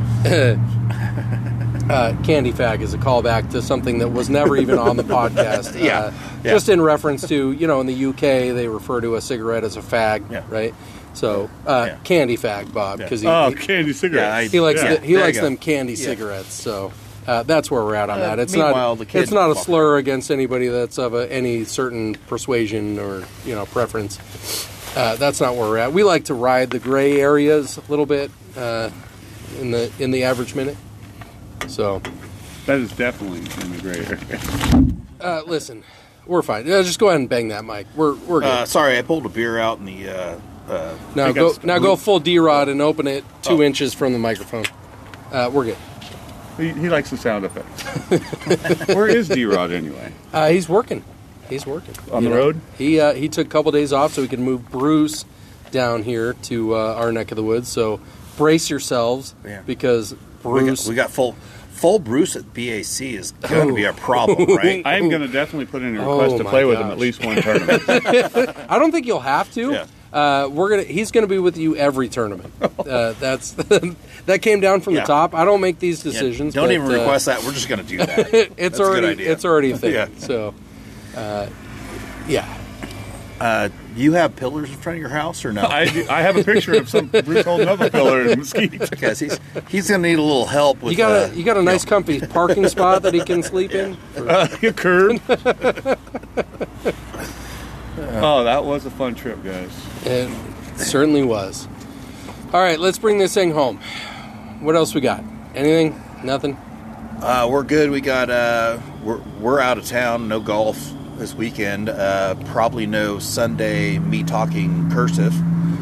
uh, Candy Fag is a callback to something that was never even on the podcast.
Yeah,
Uh,
yeah.
Just in reference to, you know, in the UK, they refer to a cigarette as a fag,
Yeah.
right? So, uh,
Yeah.
Candy Fag, Bob,
Yeah.
because
oh,
he,
candy cigarettes.
he likes,
Yeah,
the, he
there you
likes
go.
them candy
Yeah.
cigarettes. So, uh, that's where we're at on
Uh,
that. It's
meanwhile,
not,
the kid-
it's not a slur against anybody that's of a, any certain persuasion or, you know, preference. Uh, that's not where we're at. We like to ride the gray areas a little bit uh, in the in the average minute. So
That is definitely in the gray area.
Uh, listen, we're fine. Uh, just go ahead and bang that mic. We're we're good.
Uh, sorry, I pulled a beer out in the. Uh, uh,
now
think
go
that's-
now go full D rod and open it two
Oh.
inches from the microphone. Uh, we're good.
He, he likes the sound effects. Where is D Rod anyway?
Uh, he's working. He's working
On the road?
He uh, he took a couple days off so we could move Bruce down here to uh, our neck of the woods. So brace yourselves
Yeah.
because
we,
Bruce.
got, we got full full Bruce at BAC is going to be a problem, right?
I am going to definitely put in a request
Oh
to
my
play with him at
gosh.
least one tournament.
I don't think you'll have to.
Yeah.
Uh, we're gonna. He's gonna be with you every tournament. Uh, that's that came down from
Yeah.
the top. I don't make these
Yeah,
decisions.
don't
but,
even
uh,
request that. We're just going to do that.
it's
That's a good
already
idea.
it's already a thing.
Yeah.
So, uh, yeah,
you have pillars in front of your house or no?
I, do- I have a picture of some Bruce holding up a pillar in mesquite.
because he's he's gonna need a little help with.
you got
uh,
a you got a nice comfy parking spot that he can sleep in.
Uh, a curb. oh, that was a fun trip, guys.
It certainly was. All right, let's bring this thing home. What else we got? Anything? Nothing.
uh, we're good. We got uh, we're we're out of town. No golf this weekend. Uh, probably no Sunday. Me talking cursive.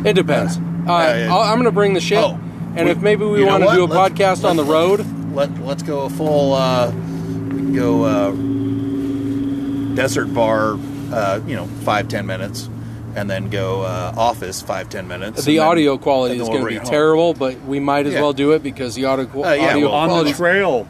It depends. Uh,
yeah.
I'll, I'm going to bring the shit,
Oh,
and
we-
if maybe we
you know
want to
what?
do a
Let's-
podcast on the road,
Let let's go a full. Uh, we can go uh, desert bar. Uh, you know, five ten minutes. and then go uh, office five ten minutes.
The
and then-
audio quality
and
is
then we'll
going to
bring
be
it home.
terrible, but we might as
Yeah.
well do it because the audio,
Uh, yeah,
audio
well,
on
quality
the trail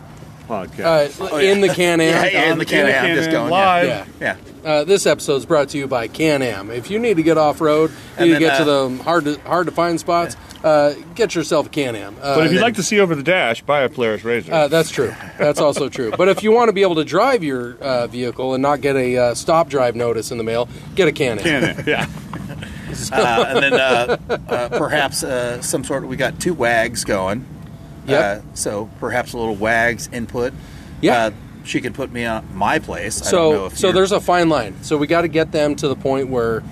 podcast.
uh,
yeah.
in the Can
Yeah,
Am.
yeah, in the can
Yeah,
am just
Can-Am
going
live.
Yeah.
Yeah.
Uh, this episode is brought to you by Can Am. If you need to get off road, you
And
need to
then,
get to
uh,
the hard to hard to find spots. Uh, get yourself a Can Am. Uh,
but if you'd like to see over the dash, buy a Polaris Razor.
Uh, that's true. That's also true. But if you want to be able to drive your uh, vehicle and not get a uh, stop drive notice in the mail, get a Can Am.
Can-Am, yeah.
uh, and then uh, uh, perhaps uh, some sort. We got two wags going.
Yep.
Uh, so perhaps a little wags input.
Yeah.
Uh, she could put me on my place. I don't know
so
if
so
you're-
there's a fine line. So we got to get them to the point where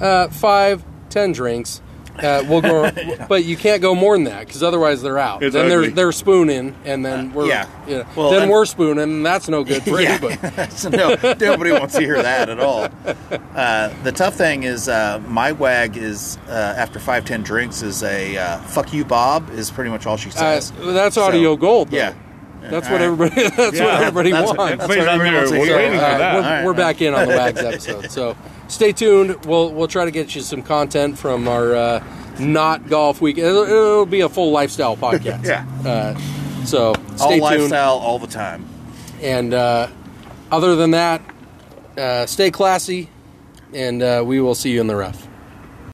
uh, five, ten drinks. Uh, we'll go, but you can't go more than that because otherwise they're out.
It's
then
ugly.
they're they're spooning, and then we're
Uh, yeah.
you know,
Well,
then
and-
we're spooning, and that's no good for anybody.
so no, nobody wants to hear that at all. Uh, the tough thing is, uh, my wag is uh, after five ten drinks is a uh, "fuck you, Bob" is pretty much all she
Uh,
says.
that's
So,
audio gold. Though.
Yeah,
that's
All
what
right.
everybody. That's
Yeah,
what everybody
that's what-
wants.
that's what
Everybody's on there
everyone's
waiting
So,
here.
for
uh,
that.
We're,
All right.
we're back in on the Wags episode. So stay tuned. We'll we'll try to get you some content from our uh, not golf week. It'll, it'll be a full lifestyle podcast.
Yeah.
Uh, so
all
stay tuned.
lifestyle, all the time.
And uh, other than that, uh, stay classy, and uh, we will see you in the rough.